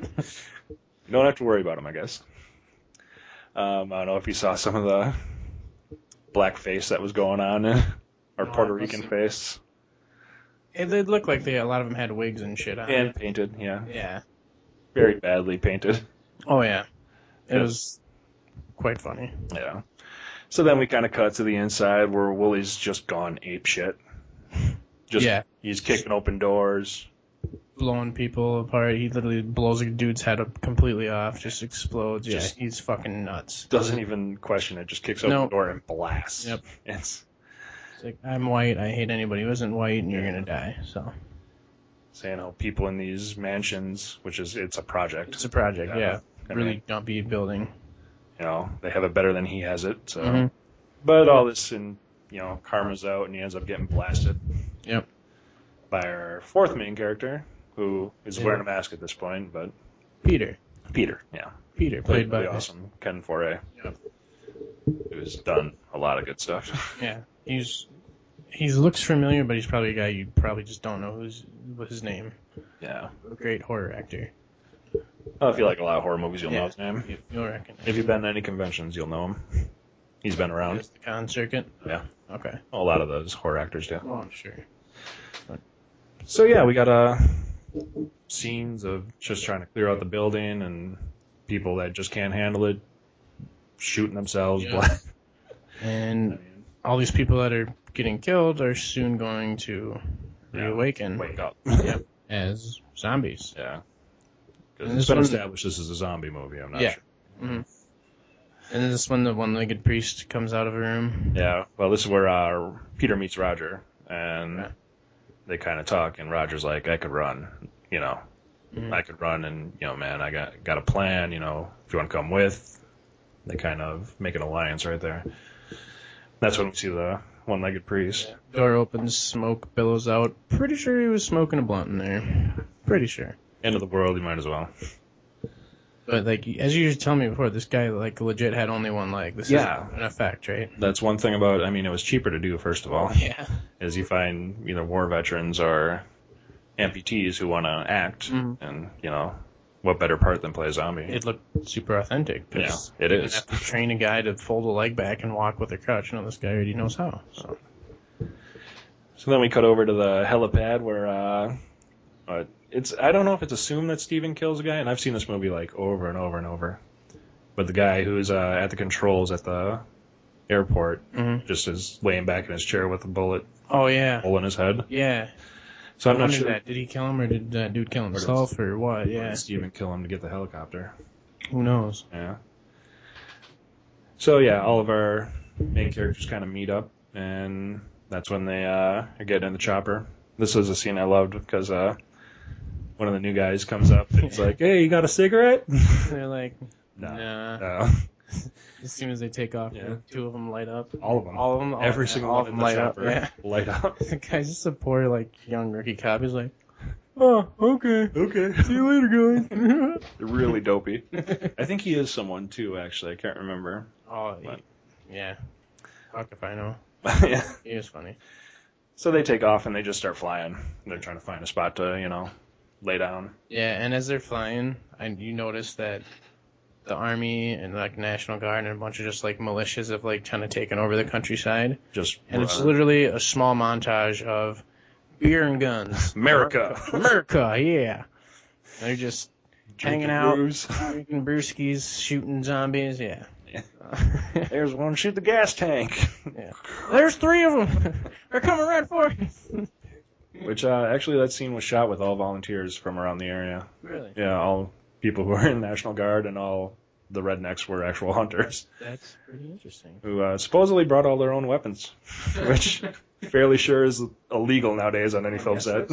[SPEAKER 1] You don't have to worry about him, I guess. Um, I don't know if you saw some of the black face that was going on, uh, or
[SPEAKER 2] No, I
[SPEAKER 1] Puerto Rican
[SPEAKER 2] wasn't.
[SPEAKER 1] face,
[SPEAKER 2] it, they looked like they a lot of them had wigs and shit on.
[SPEAKER 1] and painted, yeah,
[SPEAKER 2] yeah.
[SPEAKER 1] very badly painted,
[SPEAKER 2] Oh yeah, it
[SPEAKER 1] Yeah.
[SPEAKER 2] was quite funny.
[SPEAKER 1] yeah. So then we kind of cut to the inside where Willie's just gone ape shit. Just
[SPEAKER 2] yeah,
[SPEAKER 1] he's kicking open doors.
[SPEAKER 2] blowing people apart. He literally blows a dude's head up completely off, just explodes. Yeah,
[SPEAKER 1] Just-
[SPEAKER 2] he's fucking nuts.
[SPEAKER 1] Doesn't even question it. Just kicks open
[SPEAKER 2] No.
[SPEAKER 1] the door and blasts.
[SPEAKER 2] Yep.
[SPEAKER 1] It's
[SPEAKER 2] It's like I'm white. I hate anybody who isn't white, and you're
[SPEAKER 1] Yeah.
[SPEAKER 2] gonna die. So
[SPEAKER 1] saying how people in these mansions, which is it's a project,
[SPEAKER 2] it's a project.
[SPEAKER 1] Yeah.
[SPEAKER 2] Yeah,
[SPEAKER 1] I
[SPEAKER 2] really
[SPEAKER 1] mean,
[SPEAKER 2] dumpy building.
[SPEAKER 1] you know, they have it better than he has it. So.
[SPEAKER 2] Mhm.
[SPEAKER 1] But all this and you know, karma's out and he ends up getting blasted.
[SPEAKER 2] Yep.
[SPEAKER 1] By our fourth main character, who is
[SPEAKER 2] Yeah.
[SPEAKER 1] wearing a mask at this point, but
[SPEAKER 2] Peter,
[SPEAKER 1] Peter, yeah.
[SPEAKER 2] Peter, played by
[SPEAKER 1] really awesome Ken Foray.
[SPEAKER 2] Yep.
[SPEAKER 1] Who's done a lot of good stuff.
[SPEAKER 2] Yeah, he's he looks familiar, but he's probably a guy you probably just don't know who's what his name.
[SPEAKER 1] yeah.
[SPEAKER 2] A great horror actor.
[SPEAKER 1] Well, if you like a lot of horror movies, you'll
[SPEAKER 2] Yeah.
[SPEAKER 1] know his name.
[SPEAKER 2] You, will recognize.
[SPEAKER 1] If you've been to any conventions, you'll know him. He's been around.
[SPEAKER 2] Just the con circuit.
[SPEAKER 1] Yeah.
[SPEAKER 2] Okay.
[SPEAKER 1] A lot of those horror actors do.
[SPEAKER 2] Oh, I'm sure.
[SPEAKER 1] So yeah, we got uh scenes of just trying to clear out the building and people that just can't handle it shooting themselves.
[SPEAKER 2] Yeah. And all these people that are getting killed are soon going to
[SPEAKER 1] Yeah.
[SPEAKER 2] reawaken
[SPEAKER 1] Wake up.
[SPEAKER 2] as zombies.
[SPEAKER 1] Yeah. 'Cause
[SPEAKER 2] And
[SPEAKER 1] it's
[SPEAKER 2] this
[SPEAKER 1] been
[SPEAKER 2] one-
[SPEAKER 1] established this is a zombie movie. I'm not
[SPEAKER 2] Yeah.
[SPEAKER 1] sure.
[SPEAKER 2] And then this one, the one-legged priest comes out of a room.
[SPEAKER 1] Yeah. Well, this is where uh, Peter meets Roger, and
[SPEAKER 2] Yeah.
[SPEAKER 1] they kind of talk, and Roger's like, "I could run, you know,
[SPEAKER 2] Mhm.
[SPEAKER 1] I could run, and you know, man, I got got a plan, you know, if you want to come with." They kind of make an alliance right there. That's when we see the one-legged priest.
[SPEAKER 2] Door opens, smoke billows out. Pretty sure he was smoking a blunt in there. Pretty sure.
[SPEAKER 1] End of the world, you might as well.
[SPEAKER 2] But like as you told me before, this guy like legit had only one leg. This
[SPEAKER 1] Yeah.
[SPEAKER 2] is an effect, right?
[SPEAKER 1] That's one thing about. I mean, it was cheaper to do first of all,
[SPEAKER 2] Yeah.
[SPEAKER 1] is you find either war veterans or amputees who want to act,
[SPEAKER 2] Mhm.
[SPEAKER 1] and you know, what better part than play a zombie?
[SPEAKER 2] It looked super authentic.
[SPEAKER 1] yeah,
[SPEAKER 2] 'cause
[SPEAKER 1] it
[SPEAKER 2] you
[SPEAKER 1] is.
[SPEAKER 2] have to train a guy to fold a leg back and walk with a crutch. No, this guy already knows how. So
[SPEAKER 1] So then we cut over to the helipad where uh, uh, it's I don't know if it's assumed that Steven kills a guy, and I've seen this movie like over and over and over. But the guy who's uh, at the controls at the airport
[SPEAKER 2] Mhm.
[SPEAKER 1] just is laying back in his chair with a bullet
[SPEAKER 2] Oh yeah.
[SPEAKER 1] hole in his head.
[SPEAKER 2] Yeah.
[SPEAKER 1] So I'm
[SPEAKER 2] I
[SPEAKER 1] not
[SPEAKER 2] wondered
[SPEAKER 1] sure
[SPEAKER 2] that. Did he kill him or did that dude kill
[SPEAKER 1] did-
[SPEAKER 2] himself or what? Yeah.
[SPEAKER 1] did Steven kill him to get the helicopter.
[SPEAKER 2] Who knows?
[SPEAKER 1] Yeah. So yeah, all of our main characters kind of meet up, and that's when they uh, are getting in the chopper. This was a scene I loved because uh, one of the new guys comes up and he's like, "Hey, you got a cigarette?"
[SPEAKER 2] They're like,
[SPEAKER 1] No.
[SPEAKER 2] nah.
[SPEAKER 1] No.
[SPEAKER 2] As soon as they take off,
[SPEAKER 1] Yeah.
[SPEAKER 2] two of them light up.
[SPEAKER 1] all of them,
[SPEAKER 2] All of them. All,
[SPEAKER 1] every
[SPEAKER 2] yeah,
[SPEAKER 1] single
[SPEAKER 2] all
[SPEAKER 1] one
[SPEAKER 2] of
[SPEAKER 1] in
[SPEAKER 2] them
[SPEAKER 1] the
[SPEAKER 2] light
[SPEAKER 1] chopper
[SPEAKER 2] up. Yeah.
[SPEAKER 1] light up.
[SPEAKER 2] The guy's just a poor, like, young rookie cop. He's like, oh, okay.
[SPEAKER 1] Okay,
[SPEAKER 2] See you later, guys.
[SPEAKER 1] really dopey. I think he is someone too. Actually, I can't remember.
[SPEAKER 2] oh, he- yeah. Fuck if I know.
[SPEAKER 1] yeah.
[SPEAKER 2] He was funny.
[SPEAKER 1] So they take off and they just start flying. They're trying to find a spot to, you know, lay down.
[SPEAKER 2] Yeah, and as they're flying, and you notice that the army and like National Guard and a bunch of just like militias have like kind of taken over the countryside,
[SPEAKER 1] Just
[SPEAKER 2] and it's
[SPEAKER 1] run.
[SPEAKER 2] literally a small montage of beer and guns.
[SPEAKER 1] America.
[SPEAKER 2] America, yeah. They're just hanging out.
[SPEAKER 1] Brews.
[SPEAKER 2] drinking brewskis, shooting zombies. Yeah.
[SPEAKER 1] Yeah.
[SPEAKER 2] Uh,
[SPEAKER 1] There's one. Shoot the gas tank.
[SPEAKER 2] There's three of them. They're coming right for you.
[SPEAKER 1] Which uh, actually, that scene was shot with all volunteers from around the area.
[SPEAKER 2] Really?
[SPEAKER 1] Yeah, all people who were in National Guard and all the rednecks were actual hunters
[SPEAKER 2] That's pretty interesting.
[SPEAKER 1] who uh, supposedly brought all their own weapons, which fairly sure is illegal nowadays on any film set.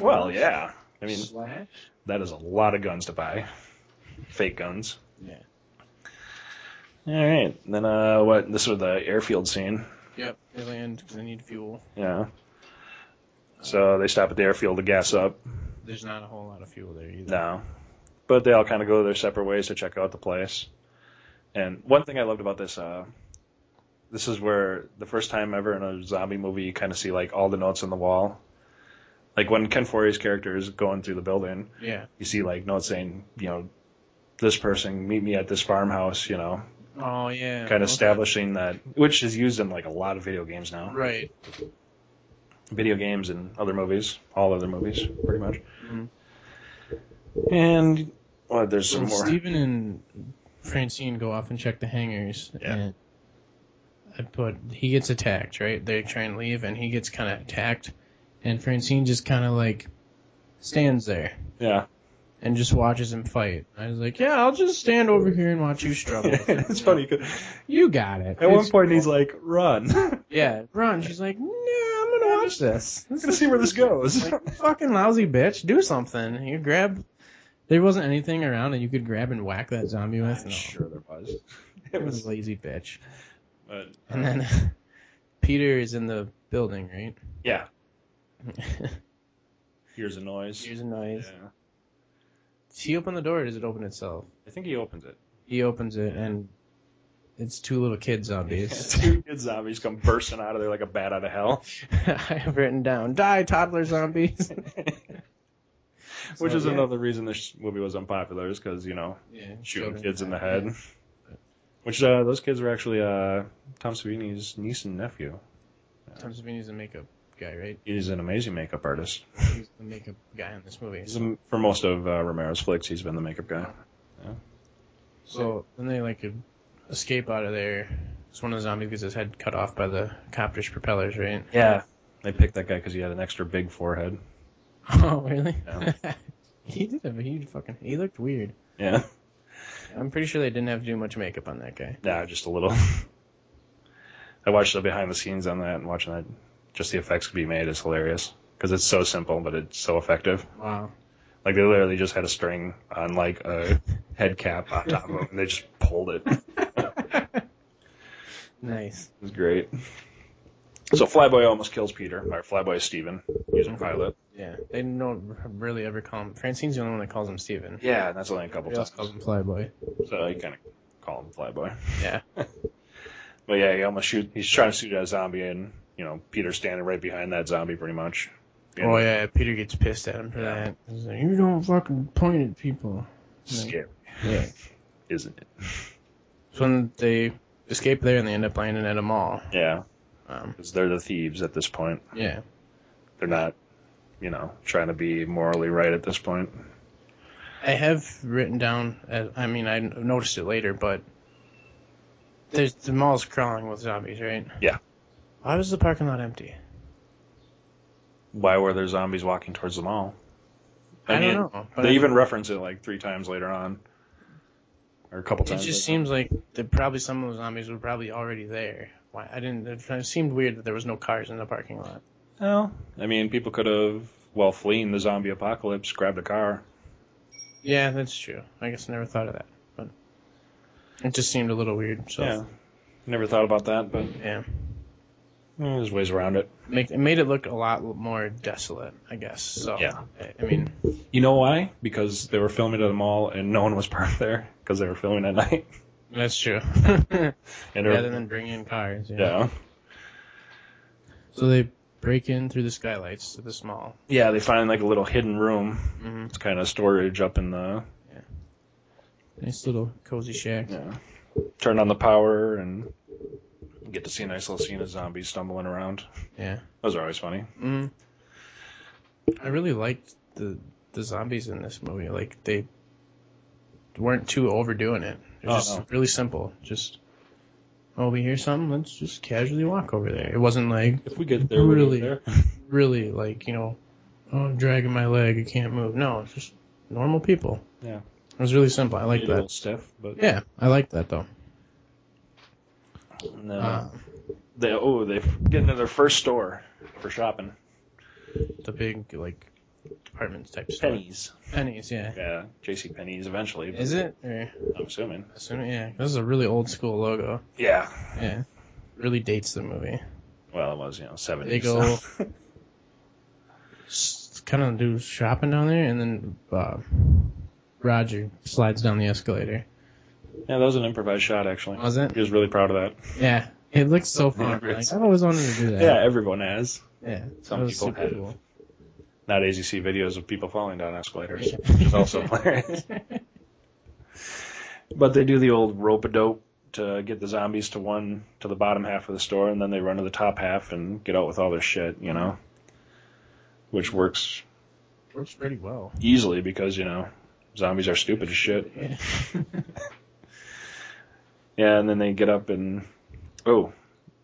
[SPEAKER 1] Well, yeah. I mean,
[SPEAKER 2] slash.
[SPEAKER 1] that is a lot of guns to buy. Fake guns.
[SPEAKER 2] Yeah.
[SPEAKER 1] All right. Then uh, what? This was the airfield scene.
[SPEAKER 2] Yep. They land 'cause they need fuel.
[SPEAKER 1] Yeah. So they stop at the airfield to gas up.
[SPEAKER 2] There's not a whole lot of fuel there either.
[SPEAKER 1] No. But they all kind of go their separate ways to check out the place. And one thing I loved about this, uh, this is where the first time ever in a zombie movie you kind of see like all the notes on the wall. Like when Ken Foree's character is going through the building,
[SPEAKER 2] Yeah.
[SPEAKER 1] you see like notes saying, you know, this person meet me at this farmhouse, you know,
[SPEAKER 2] Oh yeah.
[SPEAKER 1] kind of
[SPEAKER 2] Okay.
[SPEAKER 1] establishing that, which is used in like a lot of video games now,
[SPEAKER 2] Right.
[SPEAKER 1] video games and other movies, all other movies, pretty much.
[SPEAKER 2] Mhm.
[SPEAKER 1] Mm-hmm. And well, there's some
[SPEAKER 2] When
[SPEAKER 1] more.
[SPEAKER 2] Steven and Francine go off and check the hangars,
[SPEAKER 1] Yeah.
[SPEAKER 2] and I put he gets attacked, right? They try and leave, and he gets kind of attacked, and Francine just kind of like stands there
[SPEAKER 1] Yeah.
[SPEAKER 2] and just watches him fight. I was like, yeah, I'll just stand over here and watch you struggle.
[SPEAKER 1] it's funny. 'cause
[SPEAKER 2] You got it.
[SPEAKER 1] At one
[SPEAKER 2] It's
[SPEAKER 1] point, he's
[SPEAKER 2] cool.
[SPEAKER 1] like, "Run! I'm
[SPEAKER 2] yeah, run. She's like, nah, I'm gonna watch this. This
[SPEAKER 1] gonna
[SPEAKER 2] is
[SPEAKER 1] see where this goes."
[SPEAKER 2] like, fucking lousy bitch, do something. You grab. There wasn't anything around that you could grab and whack that zombie with. No.
[SPEAKER 1] Sure, there was.
[SPEAKER 2] It
[SPEAKER 1] It
[SPEAKER 2] was
[SPEAKER 1] was.
[SPEAKER 2] lazy bitch.
[SPEAKER 1] But, uh,
[SPEAKER 2] And then Peter is in the building, right?
[SPEAKER 1] yeah, hears a noise.
[SPEAKER 2] Here's a noise.
[SPEAKER 1] Yeah.
[SPEAKER 2] Does he open the door or does it open itself?
[SPEAKER 1] I think he opens it.
[SPEAKER 2] He opens it and it's two little kid zombies.
[SPEAKER 1] Two kid zombies come bursting out of there like a bat out of hell,
[SPEAKER 2] I have written down, die toddler zombies.
[SPEAKER 1] which
[SPEAKER 2] So,
[SPEAKER 1] is
[SPEAKER 2] yeah.
[SPEAKER 1] another reason this movie was unpopular, is because you know
[SPEAKER 2] Yeah,
[SPEAKER 1] shooting
[SPEAKER 2] children.
[SPEAKER 1] kids in the head. Which uh, those kids are actually uh, Tom Savini's niece and nephew.
[SPEAKER 2] Tom Savini's the makeup guy, right?
[SPEAKER 1] He's an amazing makeup artist.
[SPEAKER 2] He's the makeup guy in this movie.
[SPEAKER 1] He's the- for most of uh, Romero's flicks, he's been the makeup guy.
[SPEAKER 2] So then they like escape out of there. It's one of the zombies gets his head cut off by the copter's propellers, right?
[SPEAKER 1] Yeah. They picked that guy because he had an extra big forehead.
[SPEAKER 2] Oh, really?
[SPEAKER 1] Yeah.
[SPEAKER 2] he did have a huge fucking. He looked weird.
[SPEAKER 1] Yeah.
[SPEAKER 2] I'm pretty sure they didn't have to do much makeup on that guy.
[SPEAKER 1] Nah, just a little. I watched the behind the scenes on that and watching that, just the effects be made is hilarious because it's so simple but it's so effective.
[SPEAKER 2] Wow.
[SPEAKER 1] Like they literally just had a string on like a head cap on top of him and they just pulled it. It
[SPEAKER 2] Nice.
[SPEAKER 1] was great. So Flyboy almost kills Peter, or Flyboy Steven, using pilot.
[SPEAKER 2] Yeah. They don't really ever call him. Francine's the only one that calls him Steven.
[SPEAKER 1] Yeah, and that's only a couple
[SPEAKER 2] Everybody else
[SPEAKER 1] times.
[SPEAKER 2] calls him Flyboy.
[SPEAKER 1] So you kind of call him Flyboy.
[SPEAKER 2] Yeah.
[SPEAKER 1] But yeah, he almost shoot. He's trying to shoot at a zombie, and you know Peter's standing right behind that zombie, pretty much.
[SPEAKER 2] Oh yeah, Peter gets pissed at him for that. He's like, you don't fucking point at people.
[SPEAKER 1] Scary,
[SPEAKER 2] Yeah.
[SPEAKER 1] isn't it?
[SPEAKER 2] So then they escape there and they end up landing at a mall.
[SPEAKER 1] Yeah,
[SPEAKER 2] Um,
[SPEAKER 1] because they're the thieves at this point.
[SPEAKER 2] yeah.
[SPEAKER 1] They're not, you know, trying to be morally right at this point.
[SPEAKER 2] I have written down. uh, I mean, I noticed it later, but there's the mall's crawling with zombies, right?
[SPEAKER 1] Yeah.
[SPEAKER 2] Why was the parking lot empty?
[SPEAKER 1] Why were there zombies walking towards the mall?
[SPEAKER 2] I,
[SPEAKER 1] mean,
[SPEAKER 2] don't know. But
[SPEAKER 1] They
[SPEAKER 2] I-
[SPEAKER 1] even reference it like three times later on, or a couple
[SPEAKER 2] It
[SPEAKER 1] times.
[SPEAKER 2] just
[SPEAKER 1] later.
[SPEAKER 2] seems like that probably some of the zombies were probably already there. Why I didn't? It it seemed weird that there was no cars in the parking lot.
[SPEAKER 1] Well, I mean, people could have, while fleeing the zombie apocalypse, grabbed a car.
[SPEAKER 2] Yeah, that's true. I guess I never thought of that, but it just seemed a little weird. So
[SPEAKER 1] Yeah, never thought about that, but eh,
[SPEAKER 2] yeah.
[SPEAKER 1] there's ways around it.
[SPEAKER 2] Make, it made it look a lot more desolate, I guess. So
[SPEAKER 1] Yeah.
[SPEAKER 2] I, I mean,
[SPEAKER 1] You know why? Because they were filming at a mall and no one was parked there because they were filming at night.
[SPEAKER 2] that's true.
[SPEAKER 1] And they were-
[SPEAKER 2] Rather than bring in cars.
[SPEAKER 1] yeah,
[SPEAKER 2] So they break in through the skylights to this mall.
[SPEAKER 1] yeah, they find like a little hidden room.
[SPEAKER 2] Mm-hmm.
[SPEAKER 1] It's kind of storage up in the.
[SPEAKER 2] Nice little cozy shack.
[SPEAKER 1] Yeah. Turn on the power and get to see a nice little scene of zombies stumbling around.
[SPEAKER 2] Yeah.
[SPEAKER 1] Those are always funny.
[SPEAKER 2] Mm. I really liked the the zombies in this movie. Like they weren't too overdoing it. They're
[SPEAKER 1] Oh,
[SPEAKER 2] just
[SPEAKER 1] no.
[SPEAKER 2] really simple. Just oh, we hear something. Let's just casually walk over there. It wasn't like
[SPEAKER 1] If we get
[SPEAKER 2] there, we'll get
[SPEAKER 1] really,
[SPEAKER 2] Really? there. really like you know, oh, I'm dragging my leg. I can't move. No, it's just normal people.
[SPEAKER 1] Yeah.
[SPEAKER 2] It was really simple. I
[SPEAKER 1] like
[SPEAKER 2] like
[SPEAKER 1] a little
[SPEAKER 2] that.
[SPEAKER 1] stiff, but
[SPEAKER 2] Yeah, I like that though.
[SPEAKER 1] no.
[SPEAKER 2] Uh,
[SPEAKER 1] they oh they get into their first store for shopping.
[SPEAKER 2] the big like department type stuff.
[SPEAKER 1] Pennies.
[SPEAKER 2] Pennies, yeah.
[SPEAKER 1] Yeah, J.C. Pennies eventually. but
[SPEAKER 2] Is it? Or,
[SPEAKER 1] I'm assuming.
[SPEAKER 2] assuming, yeah. This is a really old school logo.
[SPEAKER 1] Yeah.
[SPEAKER 2] Yeah. Really dates the movie.
[SPEAKER 1] Well, it was you know seventies.
[SPEAKER 2] They go kind of do shopping down there, and then uh, Roger slides down the escalator.
[SPEAKER 1] Yeah, that was an improvised shot, actually.
[SPEAKER 2] Was it?
[SPEAKER 1] He was really proud of that.
[SPEAKER 2] Yeah. It looks so fun.
[SPEAKER 1] Yeah,
[SPEAKER 2] Like,
[SPEAKER 1] it's-
[SPEAKER 2] I've always wanted to do that.
[SPEAKER 1] Yeah, everyone has.
[SPEAKER 2] Yeah.
[SPEAKER 1] Some
[SPEAKER 2] That was
[SPEAKER 1] people
[SPEAKER 2] super
[SPEAKER 1] have.
[SPEAKER 2] cool.
[SPEAKER 1] Nowadays, you see videos of people falling down escalators, which is also hilarious. But they do the old rope a dope to get the zombies to one to the bottom half of the store, and then they run to the top half and get out with all their shit, you know. Which works
[SPEAKER 2] Works pretty well.
[SPEAKER 1] easily because you know zombies are stupid as shit.
[SPEAKER 2] Yeah.
[SPEAKER 1] Yeah, and then they get up and oh,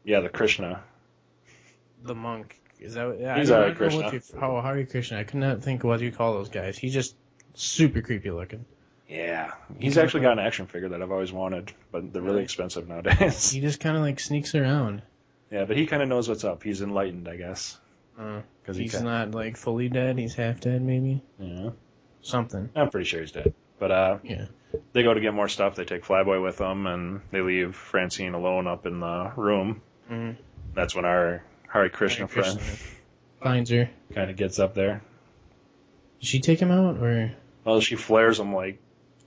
[SPEAKER 1] yeah, the Krishna.
[SPEAKER 2] the monk. Is that what- yeah,
[SPEAKER 1] He's
[SPEAKER 2] I
[SPEAKER 1] Hare
[SPEAKER 2] don't know what
[SPEAKER 1] Krishna.
[SPEAKER 2] you, oh, Hare Krishna. I could not think of what you call those guys. He's just super creepy looking.
[SPEAKER 1] Yeah, he's actually got an action figure that I've always wanted, but they're really expensive nowadays.
[SPEAKER 2] He just kind of like sneaks around.
[SPEAKER 1] Yeah, but he kind of knows what's up. He's enlightened, I guess.
[SPEAKER 2] Uh,
[SPEAKER 1] Because he
[SPEAKER 2] he's
[SPEAKER 1] kinda,
[SPEAKER 2] not like fully dead. He's half dead, maybe
[SPEAKER 1] yeah.
[SPEAKER 2] something.
[SPEAKER 1] I'm pretty sure he's dead. But uh,
[SPEAKER 2] Yeah.
[SPEAKER 1] they go to get more stuff. They take Flyboy with them, and they leave Francine alone up in the room.
[SPEAKER 2] Mhm.
[SPEAKER 1] That's when our Hare Krishna,
[SPEAKER 2] Hare Krishna
[SPEAKER 1] friend
[SPEAKER 2] finds her.
[SPEAKER 1] kind of gets up there.
[SPEAKER 2] Did she take him out or?
[SPEAKER 1] Well, she flares him like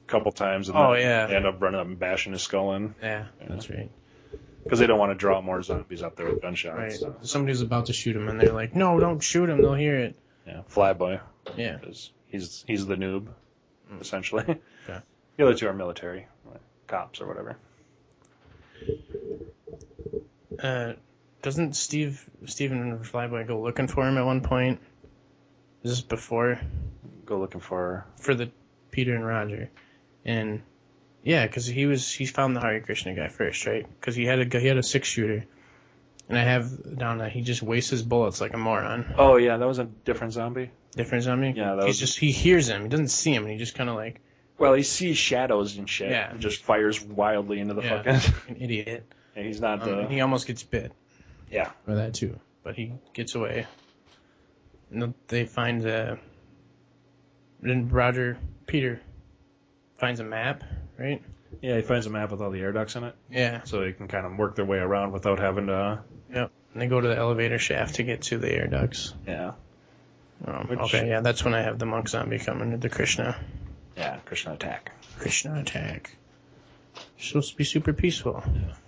[SPEAKER 1] a couple times, and
[SPEAKER 2] Oh,
[SPEAKER 1] then
[SPEAKER 2] yeah.
[SPEAKER 1] they end up running up and bashing his skull in
[SPEAKER 2] Yeah, that's right.
[SPEAKER 1] because they don't want to draw more zombies up there with gunshots.
[SPEAKER 2] Right.
[SPEAKER 1] So.
[SPEAKER 2] Somebody's about to shoot him, and they're like, "No, don't shoot him. They'll hear it."
[SPEAKER 1] Yeah, Flyboy
[SPEAKER 2] Yeah.
[SPEAKER 1] is he's he's the noob, essentially.
[SPEAKER 2] Okay.
[SPEAKER 1] The other two are military, like, cops or whatever.
[SPEAKER 2] Uh, doesn't Steve Stephen Flyboy go looking for him at one point? Is this before
[SPEAKER 1] Go looking for.
[SPEAKER 2] for the Peter and Roger? And yeah, because he was he found the Hare Krishna guy first, right? Because he had a gu- he had a six shooter, and I have down that he just wastes his bullets like a moron.
[SPEAKER 1] Oh yeah, that was a different zombie.
[SPEAKER 2] Different zombie.
[SPEAKER 1] Yeah, that
[SPEAKER 2] he's
[SPEAKER 1] was-
[SPEAKER 2] just he hears him. He doesn't see him, and he just kind of like
[SPEAKER 1] Well, he sees shadows and shit.
[SPEAKER 2] Yeah.
[SPEAKER 1] and just fires wildly into the
[SPEAKER 2] Yeah.
[SPEAKER 1] fucking.
[SPEAKER 2] an idiot.
[SPEAKER 1] and he's not
[SPEAKER 2] Um,
[SPEAKER 1] the.
[SPEAKER 2] and he almost gets bit.
[SPEAKER 1] Yeah.
[SPEAKER 2] Or that too. But he gets away. And then they find uh then Roger Peter finds a map, right?
[SPEAKER 1] Yeah, he finds a map with all the air ducts in it,
[SPEAKER 2] Yeah.
[SPEAKER 1] so they can kind of work their way around without having to.
[SPEAKER 2] Yep. And they go to the elevator shaft to get to the air ducts.
[SPEAKER 1] Yeah.
[SPEAKER 2] Um,
[SPEAKER 1] Which-
[SPEAKER 2] okay, yeah, that's when I have the monk zombie coming to the Krishna.
[SPEAKER 1] Yeah, Krishna attack.
[SPEAKER 2] Krishna attack. Supposed to be super peaceful.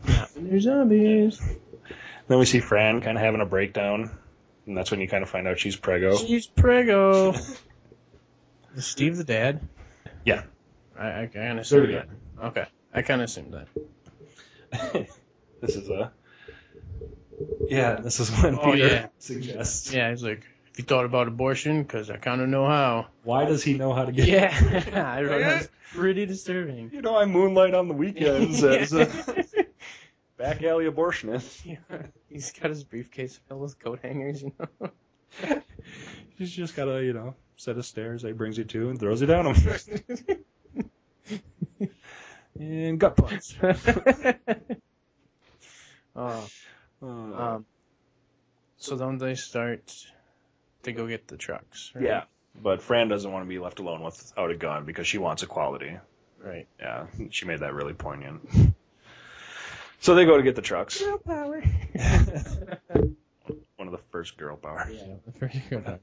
[SPEAKER 2] Not when They're zombies.
[SPEAKER 1] Then we see Fran kind of having a breakdown, and that's when you kind of find out she's prego.
[SPEAKER 2] She's prego. Is Steve the dad?
[SPEAKER 1] Yeah.
[SPEAKER 2] I, I, I kind of assumed
[SPEAKER 1] Third
[SPEAKER 2] that. Okay, I kind of assumed that.
[SPEAKER 1] this is a. Yeah, this is when
[SPEAKER 2] Oh,
[SPEAKER 1] Peter
[SPEAKER 2] yeah.
[SPEAKER 1] suggests.
[SPEAKER 2] Yeah, he's like, if you thought about abortion, 'cause I kind of know how.
[SPEAKER 1] Why does he know how to get?
[SPEAKER 2] Yeah, I wrote that's pretty disturbing.
[SPEAKER 1] You know, I moonlight on the weekends as a back alley abortionist.
[SPEAKER 2] he's got his briefcase filled with coat hangers, you know.
[SPEAKER 1] He's just got a you know set of stairs that he brings you to and throws you down them. and gut punch.
[SPEAKER 2] oh,
[SPEAKER 1] Uh,
[SPEAKER 2] um, so then they start to go get the trucks. Right?
[SPEAKER 1] yeah, but Fran doesn't want to be left alone without a gun because she wants equality.
[SPEAKER 2] Right.
[SPEAKER 1] Yeah, she made that really poignant. So they go to get the trucks.
[SPEAKER 2] Girl power.
[SPEAKER 1] One of the first girl power.
[SPEAKER 2] yeah, pretty good.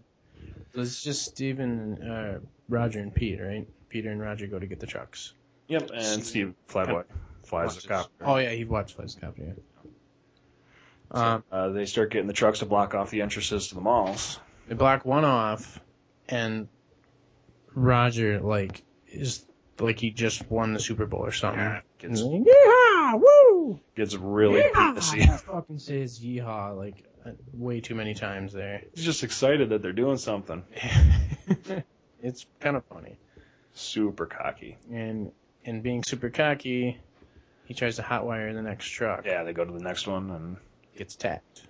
[SPEAKER 2] So it's just Steven, uh, Roger, and Pete, right? Peter and Roger go to get the trucks.
[SPEAKER 1] Yep, and Steve Flyboy flies a cop.
[SPEAKER 2] Oh yeah, he watched Flash Cop. Yeah. Um,
[SPEAKER 1] Uh, they start getting the trucks to block off the entrances to the malls.
[SPEAKER 2] they block one off, and Roger like is like he just won the Super Bowl or something. Yeah,
[SPEAKER 1] Gets,
[SPEAKER 2] yeehaw! Woo!
[SPEAKER 1] gets really
[SPEAKER 2] He
[SPEAKER 1] pissy.
[SPEAKER 2] fucking says yeehaw like uh, way too many times there.
[SPEAKER 1] He's just excited that they're doing something.
[SPEAKER 2] it's kind of funny.
[SPEAKER 1] Super cocky.
[SPEAKER 2] And and being super cocky, he tries to hotwire the next truck.
[SPEAKER 1] Yeah, they go to the next one, and
[SPEAKER 2] Gets tapped.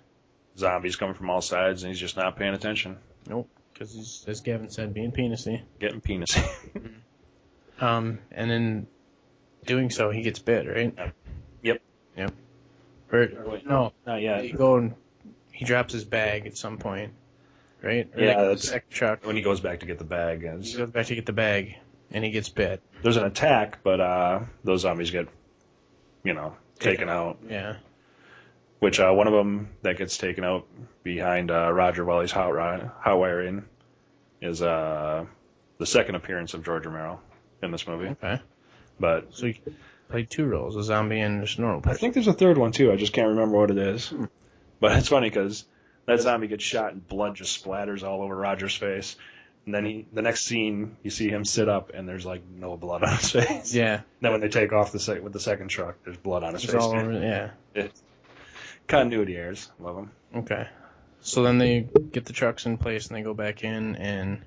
[SPEAKER 1] zombies coming from all sides, and he's just not paying attention.
[SPEAKER 2] Because he's, as Gavin said, being penisy.
[SPEAKER 1] Getting penis.
[SPEAKER 2] Um, and in doing so, he gets bit, right?
[SPEAKER 1] Yep.
[SPEAKER 2] Yep. Or, no,
[SPEAKER 1] not yet.
[SPEAKER 2] he go and he drops his bag at some point, right?
[SPEAKER 1] Yeah,
[SPEAKER 2] like,
[SPEAKER 1] that's-
[SPEAKER 2] second truck.
[SPEAKER 1] When he goes back to get the bag, and
[SPEAKER 2] He
[SPEAKER 1] it's-
[SPEAKER 2] goes back to get the bag, and he gets bit.
[SPEAKER 1] there's an attack, but uh, those zombies get, you know, taken out.
[SPEAKER 2] Yeah.
[SPEAKER 1] which uh, one of them that gets taken out behind uh, Roger while he's hot, rod, hot wiring is uh, the second appearance of George Romero in this movie.
[SPEAKER 2] Okay.
[SPEAKER 1] But
[SPEAKER 2] So he played two roles: a zombie and just a normal
[SPEAKER 1] I
[SPEAKER 2] person.
[SPEAKER 1] think there's a third one too. I just can't remember what it is. But it's funny because that zombie gets shot and blood just splatters all over Roger's face. And then he, the next scene, you see him sit up and there's like no blood on his face.
[SPEAKER 2] Yeah.
[SPEAKER 1] Then when they take off the sec- with the second truck, there's blood on his
[SPEAKER 2] It's
[SPEAKER 1] face.
[SPEAKER 2] all over. Yeah.
[SPEAKER 1] Continuity errors, love them.
[SPEAKER 2] Okay. So then they get the trucks in place and they go back in and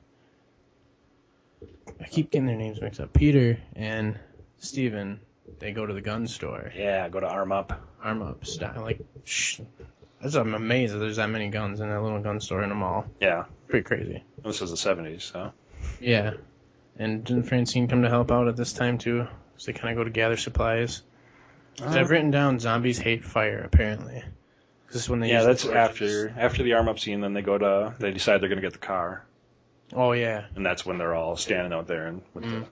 [SPEAKER 2] I keep getting their names mixed up. Peter and Steven, they go to the gun store,
[SPEAKER 1] Yeah, go to arm up.
[SPEAKER 2] arm up style. Like, shh. That's I'm amazed that there's that many guns in that little gun store in a mall.
[SPEAKER 1] Yeah,
[SPEAKER 2] Pretty crazy.
[SPEAKER 1] this was the 70s, so.
[SPEAKER 2] Yeah. And didn't Francine come to help out at this time too? So they kind of go to gather supplies.
[SPEAKER 1] Oh.
[SPEAKER 2] 'Cause I've written down zombies hate fire apparently. This is when they
[SPEAKER 1] Yeah,
[SPEAKER 2] use
[SPEAKER 1] that's
[SPEAKER 2] torches.
[SPEAKER 1] after after the arm up scene. Then they go to they decide they're gonna get the car,
[SPEAKER 2] Oh yeah,
[SPEAKER 1] and that's when they're all standing out there and with
[SPEAKER 2] Mm.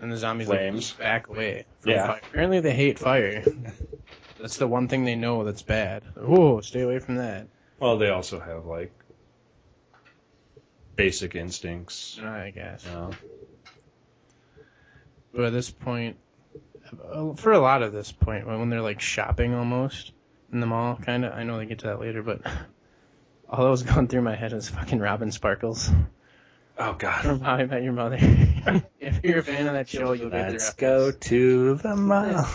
[SPEAKER 2] and the
[SPEAKER 1] the
[SPEAKER 2] zombies like
[SPEAKER 1] flames.
[SPEAKER 2] back away from
[SPEAKER 1] Yeah.
[SPEAKER 2] fire. Apparently they hate fire. That's the one thing they know that's bad. Whoa, stay away from that.
[SPEAKER 1] Well, they also have like basic instincts.
[SPEAKER 2] I guess.
[SPEAKER 1] You know?
[SPEAKER 2] But at this point, uh, for a lot of this point, when when they're like shopping almost in the mall, kind of. I know they get to that later, but all that was going through my head is fucking Robin Sparkles.
[SPEAKER 1] Oh God.
[SPEAKER 2] From How I Met Your Mother. if you're a fan of that show, you'll get
[SPEAKER 4] Let's
[SPEAKER 2] the
[SPEAKER 4] go to the mall.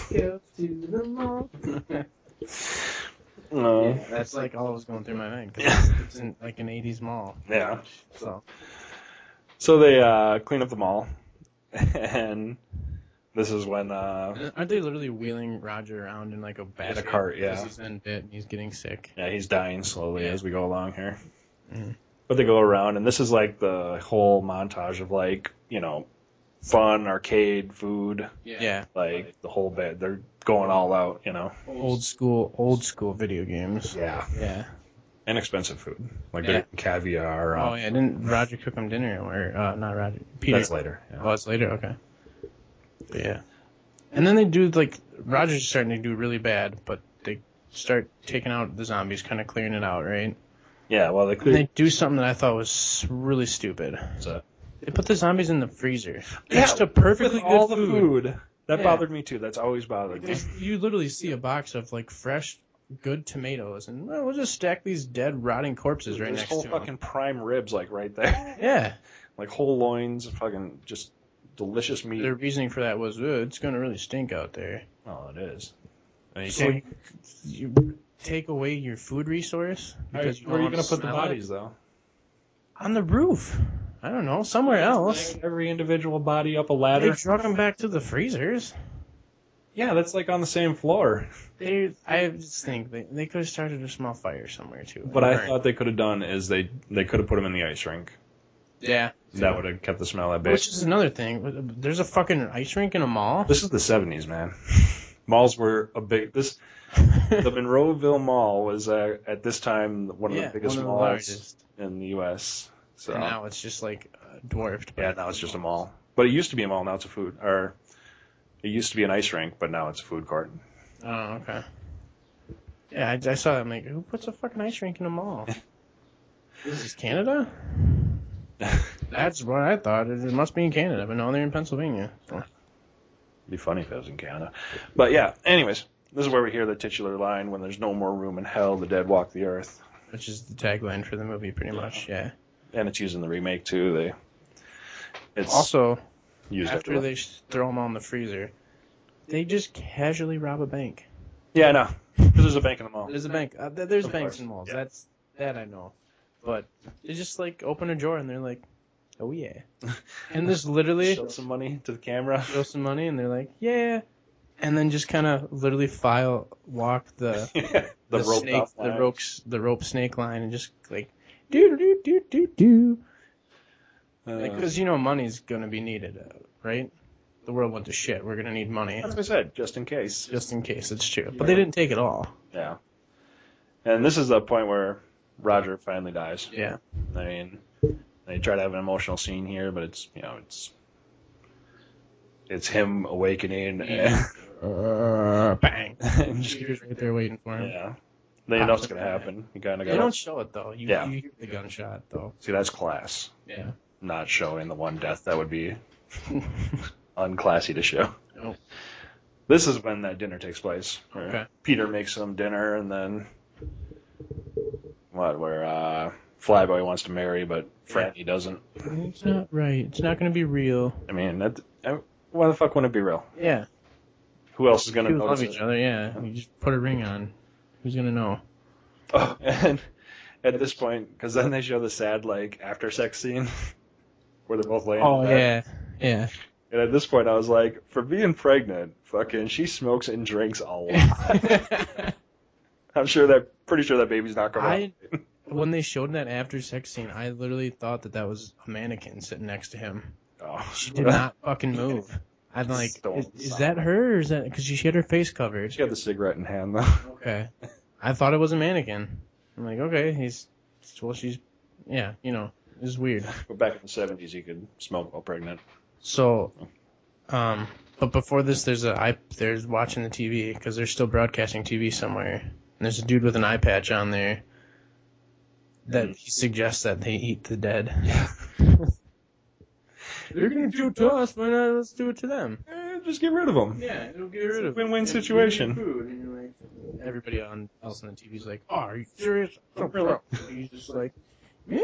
[SPEAKER 2] reference.
[SPEAKER 1] No.
[SPEAKER 2] yeah, that's like all that was going through my mind. 'cause it's- it's in, like an 80s mall.
[SPEAKER 1] Yeah.
[SPEAKER 2] So
[SPEAKER 1] So they uh, clean up the mall, and this is when uh,
[SPEAKER 2] aren't they literally wheeling Roger around in like a basket?
[SPEAKER 1] cart, yeah.
[SPEAKER 2] because He's been bit and he's getting sick.
[SPEAKER 1] yeah, he's dying slowly
[SPEAKER 2] Yeah.
[SPEAKER 1] as we go along here.
[SPEAKER 2] Mhm.
[SPEAKER 1] But they go around, and this is like the whole montage of like you know, fun arcade, food,
[SPEAKER 2] Yeah.
[SPEAKER 1] like the whole bit. They're going all out, you know.
[SPEAKER 2] Old school, old school video games.
[SPEAKER 1] Yeah.
[SPEAKER 2] Yeah.
[SPEAKER 1] And expensive food, like
[SPEAKER 2] Yeah.
[SPEAKER 1] they're eating caviar. Uh,
[SPEAKER 2] Oh yeah. Didn't Roger cook him dinner or uh, not Roger? Peter.
[SPEAKER 1] That's later. Yeah.
[SPEAKER 2] Oh, it's later. Okay. But yeah. And then they do like Roger's starting to do really bad, but they start taking out the zombies, kind of clearing it out, right?
[SPEAKER 1] yeah. Well, they
[SPEAKER 2] And
[SPEAKER 1] clear.
[SPEAKER 2] they do something that I thought was really stupid.
[SPEAKER 1] uh,
[SPEAKER 2] They put the zombies in the freezer.
[SPEAKER 1] Yeah,
[SPEAKER 2] Next to perfectly
[SPEAKER 1] With
[SPEAKER 2] good
[SPEAKER 1] all the
[SPEAKER 2] food.
[SPEAKER 1] food. That
[SPEAKER 2] Yeah.
[SPEAKER 1] bothered me too. That's always bothered me.
[SPEAKER 2] There's- You literally see a box of like fresh, good tomatoes, and well, we'll just stack these dead, rotting corpses right
[SPEAKER 1] There's
[SPEAKER 2] next
[SPEAKER 1] whole
[SPEAKER 2] to 'em.
[SPEAKER 1] fucking prime ribs like right there.
[SPEAKER 2] Yeah,
[SPEAKER 1] like whole loins, fucking just delicious meat.
[SPEAKER 2] their reasoning for that was "Ugh, it's going to really stink out there.
[SPEAKER 1] oh, it is. And you
[SPEAKER 2] So
[SPEAKER 1] can't-
[SPEAKER 2] you, you take away your food resource because you
[SPEAKER 1] where are you
[SPEAKER 2] going to
[SPEAKER 1] put the bodies though?
[SPEAKER 2] on the roof. I don't know, somewhere else.
[SPEAKER 1] Every individual body up a
[SPEAKER 2] They
[SPEAKER 1] ladder.
[SPEAKER 2] drug them back to the freezers.
[SPEAKER 1] Yeah, that's like on the same floor.
[SPEAKER 2] They, I just think they, they could have started a small fire somewhere too.
[SPEAKER 1] What I
[SPEAKER 2] Burn.
[SPEAKER 1] thought they could have done is they they could have put them in the ice rink.
[SPEAKER 2] yeah,
[SPEAKER 1] That would have kept the smell at bay.
[SPEAKER 2] which is another thing. There's a fucking ice rink in a mall.
[SPEAKER 1] This is the '70s, man. Malls were a big. This the Monroeville Mall was uh, at this time one of
[SPEAKER 2] yeah,
[SPEAKER 1] the biggest
[SPEAKER 2] one of the
[SPEAKER 1] malls
[SPEAKER 2] largest.
[SPEAKER 1] in the U.S. So
[SPEAKER 2] And now it's just like uh, dwarfed. by-
[SPEAKER 1] Yeah, now it's just a mall. But it used to be a mall, now it's a food or it used to be an ice rink, but now it's a food court.
[SPEAKER 2] Oh, okay. Yeah, I, I saw that. I'm like, who puts a fucking ice rink in a mall? this is Canada? That's what I thought. It, it must be in Canada, but no, they're in Pennsylvania.
[SPEAKER 1] be funny if it was in Canada. But yeah, anyways, this is where we hear the titular line when there's no more room in hell, the dead walk the earth.
[SPEAKER 2] Which is the tagline for the movie, pretty much. Yeah.
[SPEAKER 1] And it's used in the remake too. They it's
[SPEAKER 2] Also,
[SPEAKER 1] used
[SPEAKER 2] after
[SPEAKER 1] everywhere.
[SPEAKER 2] they s- throw them all in the freezer, they just casually rob a bank.
[SPEAKER 1] Yeah, I know. Because there's a bank in the mall.
[SPEAKER 2] There's a bank. Uh, th- there's
[SPEAKER 1] Of
[SPEAKER 2] banks
[SPEAKER 1] course,
[SPEAKER 2] in malls.
[SPEAKER 1] yeah.
[SPEAKER 2] That's that I know. But they just like open a drawer and they're like, oh yeah. And there's literally
[SPEAKER 1] Show some money to the camera.
[SPEAKER 2] throw some money and they're like, yeah. And then just kind of literally file walk the
[SPEAKER 1] the,
[SPEAKER 2] the,
[SPEAKER 1] rope
[SPEAKER 2] snake
[SPEAKER 1] off
[SPEAKER 2] the
[SPEAKER 1] line.
[SPEAKER 2] ropes the rope snake line and just like do do do do do
[SPEAKER 1] Uh,
[SPEAKER 2] because you know money's gonna be needed uh, right the world went to shit we're gonna need money
[SPEAKER 1] that's what I said, just in case.
[SPEAKER 2] just in case it's true but they didn't take it all
[SPEAKER 1] Yeah. And this is the point where Roger finally dies.
[SPEAKER 2] yeah
[SPEAKER 1] I mean, they try to have an emotional scene here, but it's you know it's it's him awakening.
[SPEAKER 2] Yeah. uh, bang
[SPEAKER 1] And just-
[SPEAKER 2] Shooter's right there waiting for him
[SPEAKER 1] yeah, they know what's gonna happen. You kind of
[SPEAKER 2] they
[SPEAKER 1] got
[SPEAKER 2] don't
[SPEAKER 1] to
[SPEAKER 2] show it though you,
[SPEAKER 1] Yeah.
[SPEAKER 2] you hear the gunshot though
[SPEAKER 1] see that's class.
[SPEAKER 2] yeah
[SPEAKER 1] Not showing the one death that would be unclassy to show.
[SPEAKER 2] Nope.
[SPEAKER 1] This is when that dinner takes place. where
[SPEAKER 2] Oh. Okay.
[SPEAKER 1] Peter makes some dinner, and then what? Where uh, Flyboy wants to marry, but Franny doesn't.
[SPEAKER 2] it's not right it's not gonna be real
[SPEAKER 1] I mean, that I, why the fuck wouldn't it be real?
[SPEAKER 2] yeah
[SPEAKER 1] Who else is gonna
[SPEAKER 2] People
[SPEAKER 1] notice
[SPEAKER 2] love
[SPEAKER 1] it?
[SPEAKER 2] each other, yeah. You just put a ring on. Who's gonna know?
[SPEAKER 1] Oh, and at this point, because then they show the sad like after sex scene where they're both laying. in bed.
[SPEAKER 2] Oh, yeah.
[SPEAKER 1] And at this point, I was like, for being pregnant, fucking, she smokes and drinks a lot. I'm sure that, pretty sure that baby's not going.
[SPEAKER 2] I-
[SPEAKER 1] to
[SPEAKER 2] when they showed that after sex scene, I literally thought that that was a mannequin sitting next to him.
[SPEAKER 1] Oh,
[SPEAKER 2] She did not fucking move. I'm like, is, is that her? Or is that because she had her face covered?
[SPEAKER 1] She had the cigarette in hand though.
[SPEAKER 2] Okay. I thought it was a mannequin. I'm like, okay, he's well, she's yeah, you know, it's weird.
[SPEAKER 1] But back in the 70s, you could smoke while pregnant.
[SPEAKER 2] So, um, but before this, there's a I there's watching the TV because they're still broadcasting TV somewhere, and there's a dude with an eye patch on there that he suggests that they eat the dead. Mm. Yeah. They're gonna do it to us, why not? Let's do it to them.
[SPEAKER 1] Eh, just get rid of them.
[SPEAKER 2] Yeah, it'll get rid
[SPEAKER 1] of- win-win situation.
[SPEAKER 2] Everybody on else on the Oh, TV's like, "Oh, "Are you serious?" He's just like, "Yeah."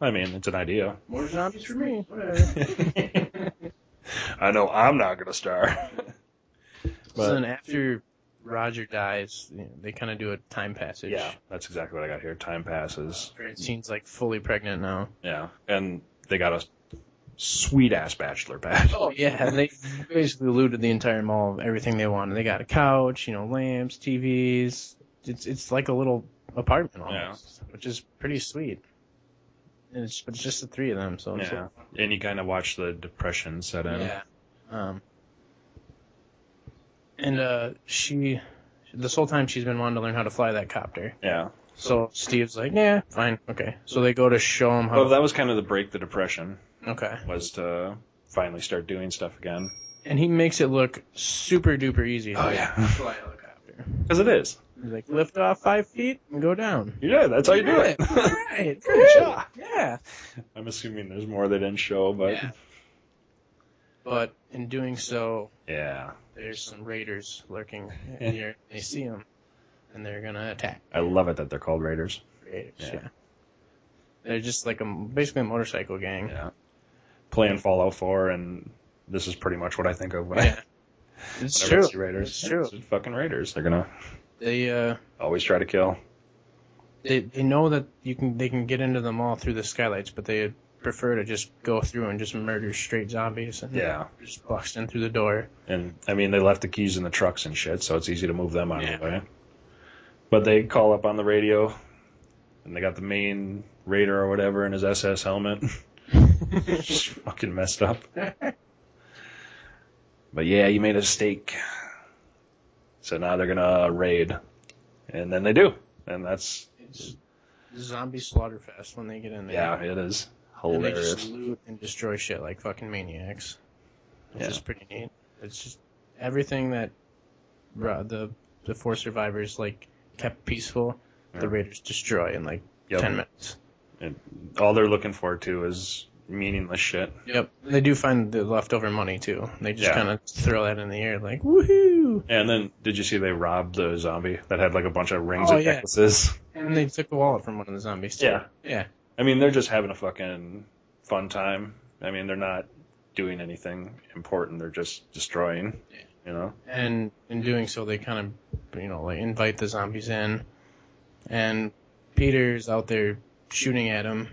[SPEAKER 1] I mean, it's an idea.
[SPEAKER 2] More zombies for me.
[SPEAKER 1] I know I'm not gonna star.
[SPEAKER 2] so
[SPEAKER 1] but
[SPEAKER 2] then after Roger dies, you know, they kind of do a time passage.
[SPEAKER 1] yeah, that's exactly what I got here. Time passes.
[SPEAKER 2] Francine's like fully pregnant now.
[SPEAKER 1] Yeah, and they got a sweet ass bachelor pad.
[SPEAKER 2] Oh yeah, they basically looted the entire mall of everything they wanted. They got a couch, you know, lamps, TVs. It's it's like a little apartment almost, which is pretty sweet. And it's but it's just the three of them, so it's
[SPEAKER 1] Yeah, and you kind of watch the depression set in.
[SPEAKER 2] yeah. Um, and uh, she, this whole time she's been wanting to learn how to fly that copter.
[SPEAKER 1] yeah.
[SPEAKER 2] So Steve's like, yeah, fine, okay. So they go to show him how.
[SPEAKER 1] Well, that was kind of the break the depression
[SPEAKER 2] okay.
[SPEAKER 1] was to finally start doing stuff again.
[SPEAKER 2] And he makes it look super duper easy.
[SPEAKER 1] Oh, yeah.
[SPEAKER 2] Fly a helicopter.
[SPEAKER 1] Because it is.
[SPEAKER 2] He's like, lift off five feet and go down.
[SPEAKER 1] Yeah, that's how you do it.
[SPEAKER 2] All right.
[SPEAKER 1] Good job.
[SPEAKER 2] Yeah.
[SPEAKER 1] I'm assuming there's more they didn't show, but
[SPEAKER 2] Yeah. But in doing so,
[SPEAKER 1] yeah.
[SPEAKER 2] there's some raiders lurking here. They see him, and they're gonna attack.
[SPEAKER 1] I love it that they're called Raiders.
[SPEAKER 2] Raiders.
[SPEAKER 1] Yeah.
[SPEAKER 2] Yeah. They're just like a basically a motorcycle gang.
[SPEAKER 1] Yeah. Playing Fallout 4, and this is pretty much what I think of when I
[SPEAKER 2] Yeah. It's
[SPEAKER 1] whenever I
[SPEAKER 2] true.
[SPEAKER 1] see Raiders.
[SPEAKER 2] It's true.
[SPEAKER 1] It's fucking Raiders. They're gonna
[SPEAKER 2] They uh
[SPEAKER 1] always try to kill.
[SPEAKER 2] they, they know that you can they can get into the mall through the skylights, but they prefer to just go through and just murder straight zombies and
[SPEAKER 1] Yeah.
[SPEAKER 2] just bust in through the door.
[SPEAKER 1] And I mean, they left the keys in the trucks and shit, so it's easy to move them out
[SPEAKER 2] Yeah.
[SPEAKER 1] of the way. But they call up on the radio, and they got the main raider or whatever in his SS helmet. Just fucking messed up. But yeah, you made a mistake. So now they're gonna raid, and then they do, and that's
[SPEAKER 2] It's zombie slaughter fest when they get in there.
[SPEAKER 1] yeah, it is
[SPEAKER 2] And they just
[SPEAKER 1] hilarious.
[SPEAKER 2] loot and destroy shit like fucking maniacs, which
[SPEAKER 1] Yeah.
[SPEAKER 2] is pretty neat. It's just everything that ro- the the four survivors like kept peaceful,
[SPEAKER 1] Yeah.
[SPEAKER 2] the raiders destroy in like
[SPEAKER 1] Yep.
[SPEAKER 2] ten minutes.
[SPEAKER 1] All they're looking for too is meaningless shit.
[SPEAKER 2] Yep, they do find the leftover money too. They just
[SPEAKER 1] Yeah.
[SPEAKER 2] kind of throw that in the air like woohoo,
[SPEAKER 1] And then, did you see they robbed the zombie that had like a bunch of rings
[SPEAKER 2] Oh,
[SPEAKER 1] and
[SPEAKER 2] yeah.
[SPEAKER 1] necklaces?
[SPEAKER 2] and they took the wallet from one of the zombies too.
[SPEAKER 1] Yeah.
[SPEAKER 2] yeah,
[SPEAKER 1] I mean, they're just having a fucking fun time. I mean, they're not doing anything important. They're just destroying.
[SPEAKER 2] Yeah.
[SPEAKER 1] You know.
[SPEAKER 2] and in doing so, they kind of, you know, like invite the zombies in, and Peter's out there shooting at him,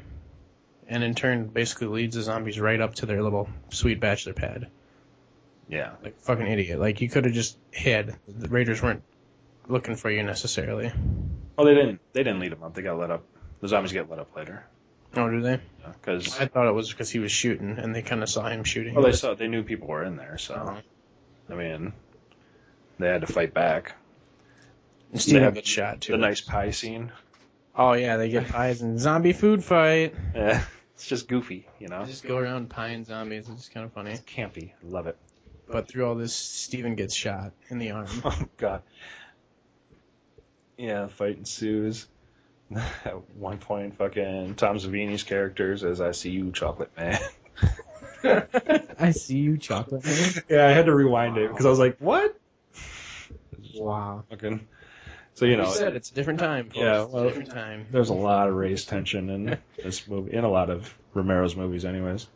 [SPEAKER 2] and in turn, basically leads the zombies right up to their little sweet bachelor pad.
[SPEAKER 1] Yeah.
[SPEAKER 2] Like fucking idiot. Like you could have just hid. The Raiders weren't looking for you necessarily.
[SPEAKER 1] Oh, they didn't. They didn't lead them up. They got let up. The zombies get let up later
[SPEAKER 2] Oh, do they?
[SPEAKER 1] because
[SPEAKER 2] I thought it was because he was shooting, and they kind of saw him shooting. Oh,
[SPEAKER 1] well, they saw they knew people were in there. So I mean, they had to fight back.
[SPEAKER 2] And
[SPEAKER 1] They
[SPEAKER 2] Steven
[SPEAKER 1] have
[SPEAKER 2] gets shot too.
[SPEAKER 1] The nice pie scene.
[SPEAKER 2] Oh yeah, they get pies and zombie food fight.
[SPEAKER 1] Yeah. It's just goofy. You know.
[SPEAKER 2] Just go around pieing zombies. It's kind of funny.
[SPEAKER 1] Campy. I Love it.
[SPEAKER 2] But through all this, Steven gets shot in the arm.
[SPEAKER 1] Oh god. Yeah, fight ensues. At one point, fucking Tom Savini's characters as I see you, chocolate man.
[SPEAKER 2] I see you, chocolate. Man.
[SPEAKER 1] yeah, I had to rewind it because I was like, what?
[SPEAKER 2] Wow.
[SPEAKER 1] Fucking. So you know,
[SPEAKER 2] you said it's a different time. Folks.
[SPEAKER 1] Yeah,
[SPEAKER 2] It's a
[SPEAKER 1] well-
[SPEAKER 2] different time.
[SPEAKER 1] there's a lot of race tension in this movie, in a lot of Romero's movies, anyways.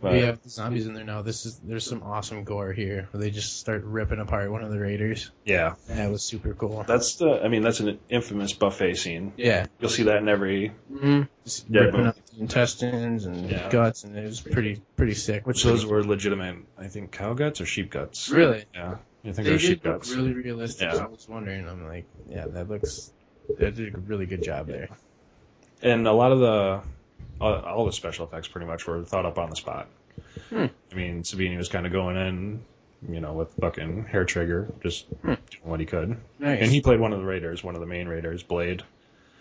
[SPEAKER 1] But
[SPEAKER 2] we have zombies in there now. This is there's some awesome gore here where they just start ripping apart one of the raiders.
[SPEAKER 1] yeah,
[SPEAKER 2] That was super cool.
[SPEAKER 1] that's the. I mean, that's an infamous buffet scene.
[SPEAKER 2] yeah.
[SPEAKER 1] You'll see that in every.
[SPEAKER 2] mm Just
[SPEAKER 1] Yeah,
[SPEAKER 2] ripping
[SPEAKER 1] but-
[SPEAKER 2] up the intestines and
[SPEAKER 1] Yeah.
[SPEAKER 2] guts, and it was pretty pretty sick.
[SPEAKER 1] Which those were legitimate? I think cow guts or sheep guts.
[SPEAKER 2] really
[SPEAKER 1] Yeah, I think
[SPEAKER 2] they
[SPEAKER 1] they were
[SPEAKER 2] did
[SPEAKER 1] sheep
[SPEAKER 2] look
[SPEAKER 1] guts.
[SPEAKER 2] really realistic.
[SPEAKER 1] Yeah.
[SPEAKER 2] So I was wondering. I'm like, yeah, that looks. They did a really good job there.
[SPEAKER 1] and a lot of the all, all the special effects pretty much were thought up on the spot.
[SPEAKER 2] Hmm.
[SPEAKER 1] I mean, Savini was kind of going in, you know, with fucking hair trigger, just
[SPEAKER 2] Hmm.
[SPEAKER 1] doing what he could.
[SPEAKER 2] Nice.
[SPEAKER 1] And he played one of the raiders, one of the main raiders, Blade,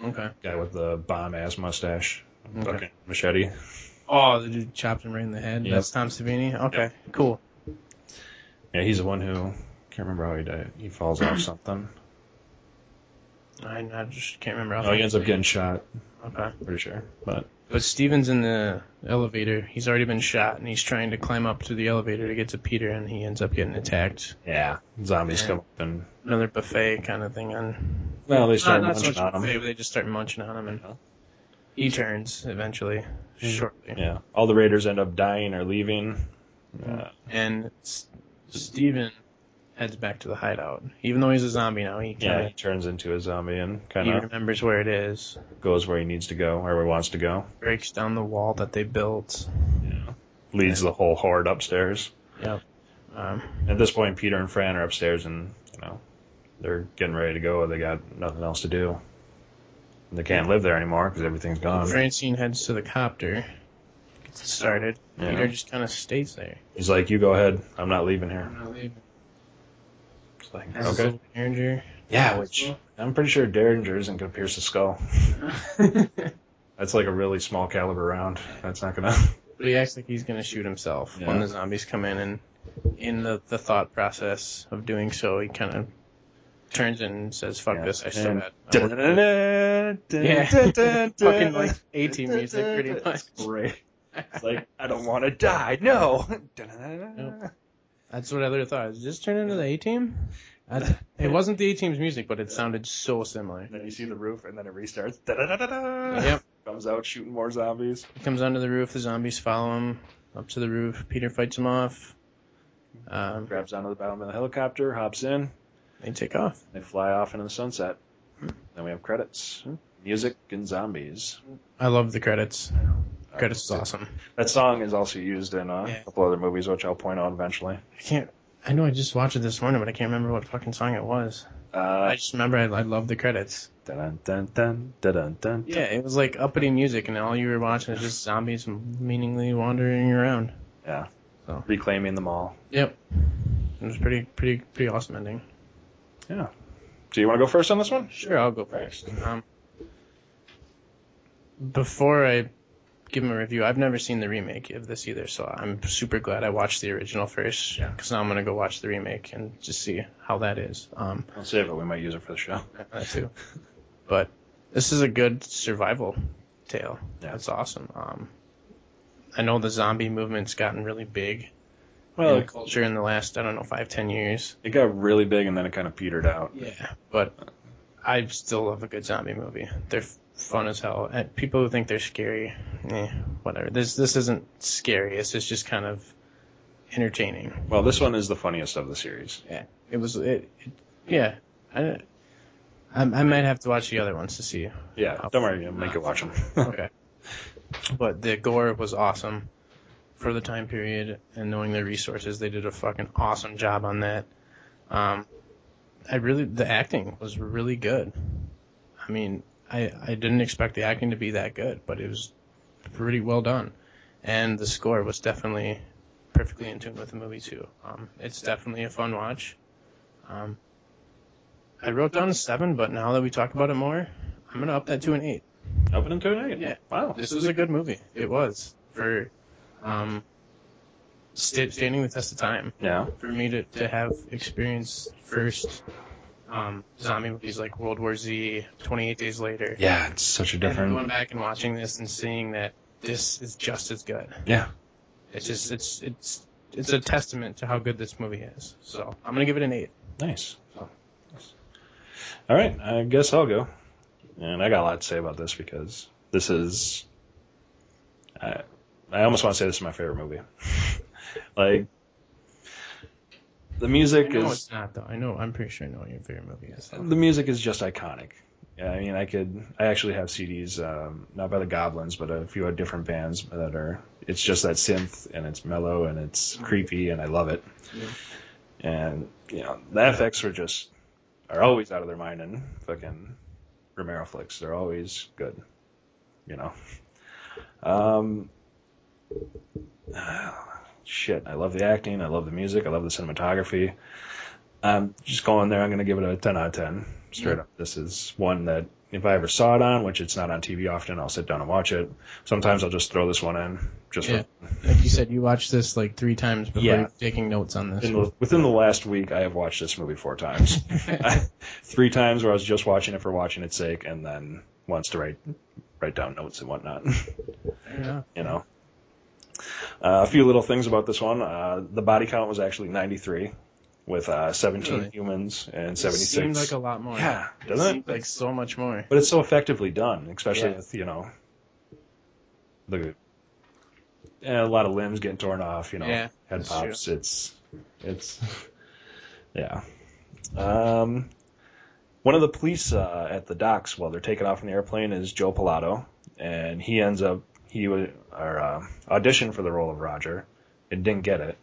[SPEAKER 2] okay.
[SPEAKER 1] guy with the bomb ass mustache,
[SPEAKER 2] Okay.
[SPEAKER 1] fucking machete.
[SPEAKER 2] Oh, the dude chopped him right in the head.
[SPEAKER 1] Yep.
[SPEAKER 2] That's Tom Savini. Okay, cool.
[SPEAKER 1] Yeah, he's the one who can't remember how he died. He falls off something.
[SPEAKER 2] I, I just can't remember.
[SPEAKER 1] Oh, he ends up getting shot.
[SPEAKER 2] Okay.
[SPEAKER 1] Pretty sure, but
[SPEAKER 2] But Steven's in the elevator. He's already been shot, and he's trying to climb up to the elevator to get to Peter, and he ends up getting attacked.
[SPEAKER 1] yeah, zombies
[SPEAKER 2] Yeah.
[SPEAKER 1] come up and
[SPEAKER 2] Another buffet kind of thing. On
[SPEAKER 1] well, they start
[SPEAKER 2] not, not so
[SPEAKER 1] munching
[SPEAKER 2] much
[SPEAKER 1] on him.
[SPEAKER 2] buffet, but they just start munching on him, and He turns eventually, shortly.
[SPEAKER 1] Mm-hmm. Yeah. All the raiders end up dying or leaving. Uh,
[SPEAKER 2] And S- Steven heads back to the hideout. Even though he's a zombie now, he
[SPEAKER 1] yeah,
[SPEAKER 2] kinda,
[SPEAKER 1] he turns into a zombie and kind
[SPEAKER 2] he
[SPEAKER 1] of
[SPEAKER 2] remembers where it is,
[SPEAKER 1] goes where he needs to go, or where he wants to go.
[SPEAKER 2] breaks down the wall that they built.
[SPEAKER 1] Leads the whole horde upstairs.
[SPEAKER 2] Um,
[SPEAKER 1] At this point, Peter and Fran are upstairs, and you know they're getting ready to go. They got nothing else to do. And they can't live there anymore because everything's gone.
[SPEAKER 2] Francine heads to the copter, gets it started.
[SPEAKER 1] Yeah.
[SPEAKER 2] Peter just kind of stays there.
[SPEAKER 1] He's like, "You go ahead. I'm not leaving here."
[SPEAKER 2] I'm not leaving.
[SPEAKER 1] It's like,
[SPEAKER 2] Has his
[SPEAKER 1] okay.
[SPEAKER 2] little Derringer.
[SPEAKER 1] Yeah, which I'm pretty sure Derringer isn't going to pierce the skull.
[SPEAKER 2] but
[SPEAKER 1] That's like a really small caliber round. That's not going to.
[SPEAKER 2] he acts like he's gonna shoot himself when
[SPEAKER 1] Yeah.
[SPEAKER 2] the zombies come in, and in the, the thought process of doing so, he kind of turns in and says, "Fuck
[SPEAKER 1] Yeah.
[SPEAKER 2] this! I still
[SPEAKER 1] And-
[SPEAKER 2] got." I work for this." Yeah.
[SPEAKER 1] Yeah.
[SPEAKER 2] Fucking like A team music, pretty much.
[SPEAKER 1] Great. It's like, I don't want to die. No.
[SPEAKER 2] That's what I later thought. Did this turn into the A team? It wasn't the A team's music, but it sounded so similar.
[SPEAKER 1] And then you see the roof, and then it restarts.
[SPEAKER 2] Yep.
[SPEAKER 1] Comes out shooting more zombies.
[SPEAKER 2] He comes onto the roof. The zombies follow him up to the roof. Peter fights him off. Um,
[SPEAKER 1] Grabs onto the bottom of the helicopter, hops in.
[SPEAKER 2] they take off.
[SPEAKER 1] They fly off into the sunset. Then we have credits, music, and zombies.
[SPEAKER 2] I love the credits. Credits is awesome.
[SPEAKER 1] That song is also used in uh,
[SPEAKER 2] Yeah.
[SPEAKER 1] a couple other movies, which I'll point out eventually.
[SPEAKER 2] I can't. I know I just watched it this morning, but I can't remember what fucking song it was.
[SPEAKER 1] Uh,
[SPEAKER 2] I just remember I, I love the credits.
[SPEAKER 1] dun dun dun dun dun dun.
[SPEAKER 2] Yeah, it was like uppity music, and all you were watching is just zombies meaningly wandering around.
[SPEAKER 1] Reclaiming the mall.
[SPEAKER 2] Yep. It was pretty, pretty, pretty awesome ending.
[SPEAKER 1] Do you want to go first on this one?
[SPEAKER 2] Sure, I'll go first. Um, before I give him a review, I've never seen the remake of this either, so I'm super glad I watched the original first,
[SPEAKER 1] Yeah.
[SPEAKER 2] because now I'm gonna go watch the remake and just see how that is. Um,
[SPEAKER 1] I'll save it. We might use it for the show.
[SPEAKER 2] that too. But this is a good survival tale.
[SPEAKER 1] Yeah.
[SPEAKER 2] That's awesome. Um, I know the zombie movement's gotten really big in
[SPEAKER 1] Well,
[SPEAKER 2] the culture in the last I don't know five ten years.
[SPEAKER 1] it got really big and then it kind of petered out.
[SPEAKER 2] Yeah, but I still love a good zombie movie. They're f- fun as hell. And people who think they're scary, eh, whatever. This this isn't scary. This is just kind of entertaining.
[SPEAKER 1] Well, this one is the funniest of the series.
[SPEAKER 2] It was it, it yeah. I, I I might have to watch the other ones to see.
[SPEAKER 1] Yeah, don't worry, I'll make you watch them.
[SPEAKER 2] Oh. Okay, but the gore was awesome for the time period and knowing their resources. They did a fucking awesome job on that. Um, I really the acting was really good. I mean, I I didn't expect the acting to be that good, but it was pretty well done, and the score was definitely perfectly in tune with the movie too. Um, it's definitely a fun watch. Um, I wrote down a seven, but now that we talk about it more, I'm gonna up that to an eight.
[SPEAKER 1] Open into an eight.
[SPEAKER 2] Yeah.
[SPEAKER 1] Wow.
[SPEAKER 2] This was a good movie. It was for um, sta standing the test of time
[SPEAKER 1] Yeah.
[SPEAKER 2] for me to, to have experienced first um, zombie movies like World War Z, 28 Days Later.
[SPEAKER 1] Yeah, it's such a
[SPEAKER 2] And then going
[SPEAKER 1] different.
[SPEAKER 2] back and watching this and seeing that this is just as good.
[SPEAKER 1] Yeah.
[SPEAKER 2] It's just it's it's it's a testament to how good this movie is. So I'm gonna give it an eight.
[SPEAKER 1] Nice. All right, I guess I'll go. And I got a lot to say about this because this is. I, I almost want to say this is my favorite movie. like, the music
[SPEAKER 2] No,
[SPEAKER 1] is
[SPEAKER 2] it's not though. I know. I'm pretty sure I know what your favorite movie is.
[SPEAKER 1] the music is just iconic. Yeah, I mean, I could. I actually have CDs, um, not by the Goblins, but a few different bands that are. It's just that synth, and it's mellow, and it's creepy, and I love it.
[SPEAKER 2] Yeah.
[SPEAKER 1] And you know, the FX were just are always out of their mind in fucking Romero flicks. They're always good, you know. Um, ah, shit, I love the acting. I love the music. I love the cinematography. I'm Um, just going there. I'm going to give it a 10 out of 10. Straight up. This is one that if I ever saw it on, which it's not on TV often, I'll sit down and watch it. Sometimes I'll just throw this one in. Just
[SPEAKER 2] Yeah. Like you said, you watched this like three times before
[SPEAKER 1] Yeah.
[SPEAKER 2] you're taking notes on this.
[SPEAKER 1] in the, within the last week, I have watched this movie four times. Three times where I was just watching it for watching its sake, and then once to write write down notes and whatnot.
[SPEAKER 2] Yeah.
[SPEAKER 1] you know. Uh, a few little things about this one. Uh, the body count was actually 93, with uh, 17
[SPEAKER 2] Really?
[SPEAKER 1] humans and
[SPEAKER 2] It
[SPEAKER 1] 76.
[SPEAKER 2] seemed like a lot more.
[SPEAKER 1] yeah,
[SPEAKER 2] It
[SPEAKER 1] doesn't
[SPEAKER 2] seemed
[SPEAKER 1] it?
[SPEAKER 2] like so much more.
[SPEAKER 1] But it's so effectively done, especially
[SPEAKER 2] Yeah.
[SPEAKER 1] with you know the and a lot of limbs getting torn off, you know,
[SPEAKER 2] Yeah,
[SPEAKER 1] head
[SPEAKER 2] that's true.
[SPEAKER 1] pops. It's it's yeah. Um, one of the police uh, at the docks while they're taking off in the airplane is Joe Pilato, and he ends up he wa- or uh, auditioned for the role of Roger and didn't get it,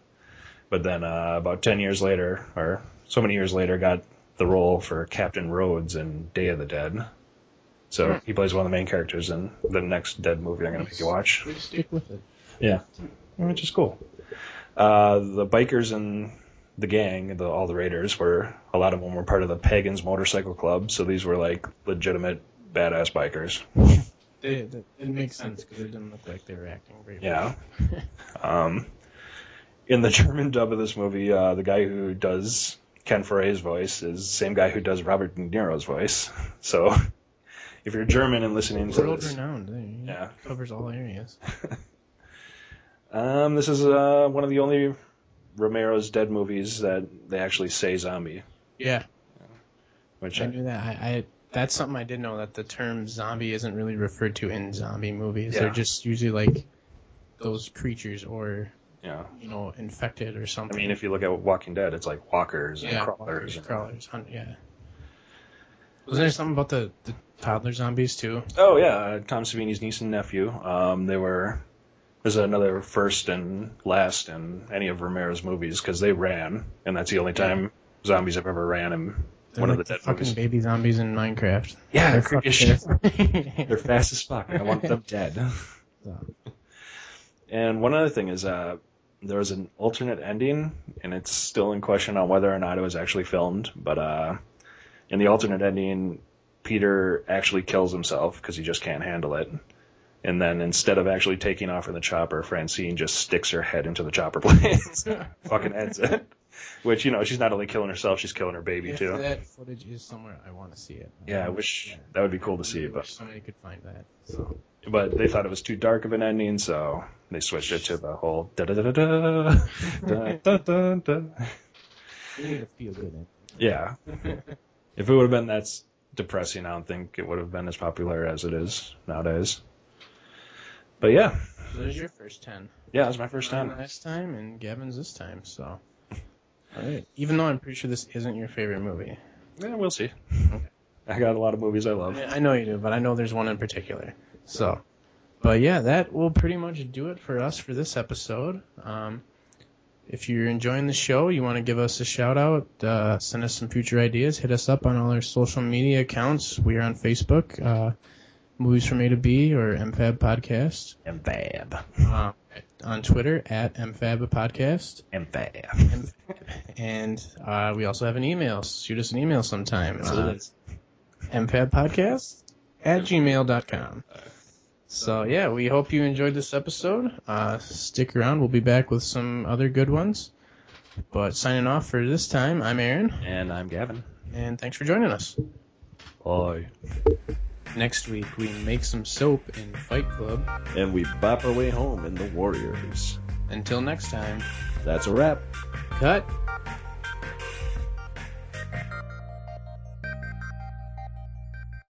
[SPEAKER 1] but then uh, about ten years later, or so many years later, got the role for Captain Rhodes in Day of the Dead. So he plays one of the main characters in the next Dead movie they're going to make you watch
[SPEAKER 2] We stick with it.
[SPEAKER 1] which is cool. Uh, the bikers and the gang, the, all the raiders, were a lot of them were part of the Pagans Motorcycle Club, so these were like legitimate badass bikers.
[SPEAKER 2] They, they, it makes sense because it didn't look like they were acting very
[SPEAKER 1] Yeah. um, in the German dub of this movie, uh, the guy who does Ken Foray's voice is the same guy who does Robert De Niro's voice. So, if you're German and listening to
[SPEAKER 2] World
[SPEAKER 1] this,
[SPEAKER 2] renowned. eh?
[SPEAKER 1] Yeah.
[SPEAKER 2] Covers all areas.
[SPEAKER 1] Um, this is uh, one of the only Romero's dead movies that they actually say zombie,
[SPEAKER 2] Yeah.
[SPEAKER 1] which
[SPEAKER 2] I knew that. I, I that's something I did know that the term zombie isn't really referred to in zombie movies.
[SPEAKER 1] Yeah.
[SPEAKER 2] They're just usually like those creatures or
[SPEAKER 1] yeah.
[SPEAKER 2] you know infected or
[SPEAKER 1] I
[SPEAKER 2] something.
[SPEAKER 1] mean, if you look at Walking Dead, it's like walkers and
[SPEAKER 2] yeah,
[SPEAKER 1] crawlers.
[SPEAKER 2] crawlers,
[SPEAKER 1] and-
[SPEAKER 2] crawlers, hunt, yeah. Wasn't there something about the, the toddler zombies too?
[SPEAKER 1] Oh yeah, uh, Tom Savini's niece and nephew. Um, they were. This is another first and last in any of Romero's movies because they ran, and that's the only time zombies have ever ran in
[SPEAKER 2] They're
[SPEAKER 1] one of the
[SPEAKER 2] like
[SPEAKER 1] dead
[SPEAKER 2] fucking
[SPEAKER 1] movies.
[SPEAKER 2] baby zombies in Minecraft.
[SPEAKER 1] yeah, they're
[SPEAKER 2] fucking
[SPEAKER 1] creepy as shit.
[SPEAKER 2] terrifying.
[SPEAKER 1] They're fast as fuck. I want them dead. And one other thing is, uh, there was an alternate ending, and it's still in question on whether or not it was actually filmed. But uh, in the alternate ending, Peter actually kills himself because he just can't handle it. And then instead of actually taking off in the chopper, Francine just sticks her head into the chopper blades. Fucking ends it. Which, you know, she's not only killing herself, she's killing her baby,
[SPEAKER 2] If
[SPEAKER 1] too.
[SPEAKER 2] that footage is somewhere, I want to see it.
[SPEAKER 1] Yeah, I wish that would be cool to see.
[SPEAKER 2] I
[SPEAKER 1] But,
[SPEAKER 2] wish somebody could find that.
[SPEAKER 1] but they thought it was too dark of an ending, so they switched it to the whole da da da da da da da da.
[SPEAKER 2] We need to feel good.
[SPEAKER 1] Yeah. if it would have been that's depressing, I don't think it would have been as popular as it is nowadays. But yeah,
[SPEAKER 2] So there's your first ten.
[SPEAKER 1] yeah, that was my first
[SPEAKER 2] Mine
[SPEAKER 1] time.
[SPEAKER 2] last time and Gavin's this time, so. Alright. Even though I'm pretty sure this isn't your favorite movie.
[SPEAKER 1] Yeah, we'll see. I got a lot of movies I
[SPEAKER 2] I,
[SPEAKER 1] love.
[SPEAKER 2] mean, I know you do, but I know there's one in particular. So. But yeah, that will pretty much do it for us for this episode. Um, if you're enjoying the show, you want to give us a shout out, uh, send us some future ideas, hit us up on all our social media accounts. We are on Facebook, uh, Movies from A to B or MFAB Podcast,
[SPEAKER 1] And fab.
[SPEAKER 2] uh, on Twitter at MFAB Podcast.
[SPEAKER 1] And fab.
[SPEAKER 2] And uh, we also have an email. Shoot us an email sometime. Uh, mpabpodcast at gmail.com. So, yeah, we hope you enjoyed this episode. Uh, stick around. We'll be back with some other good ones. But signing off for this time, I'm Aaron,
[SPEAKER 1] And I'm Gavin.
[SPEAKER 2] and thanks for joining us.
[SPEAKER 1] Bye.
[SPEAKER 2] Next week, we make some soap in Fight Club.
[SPEAKER 3] And we bop our way home in The Warriors.
[SPEAKER 2] Until next time,
[SPEAKER 3] That's a wrap.
[SPEAKER 2] cut.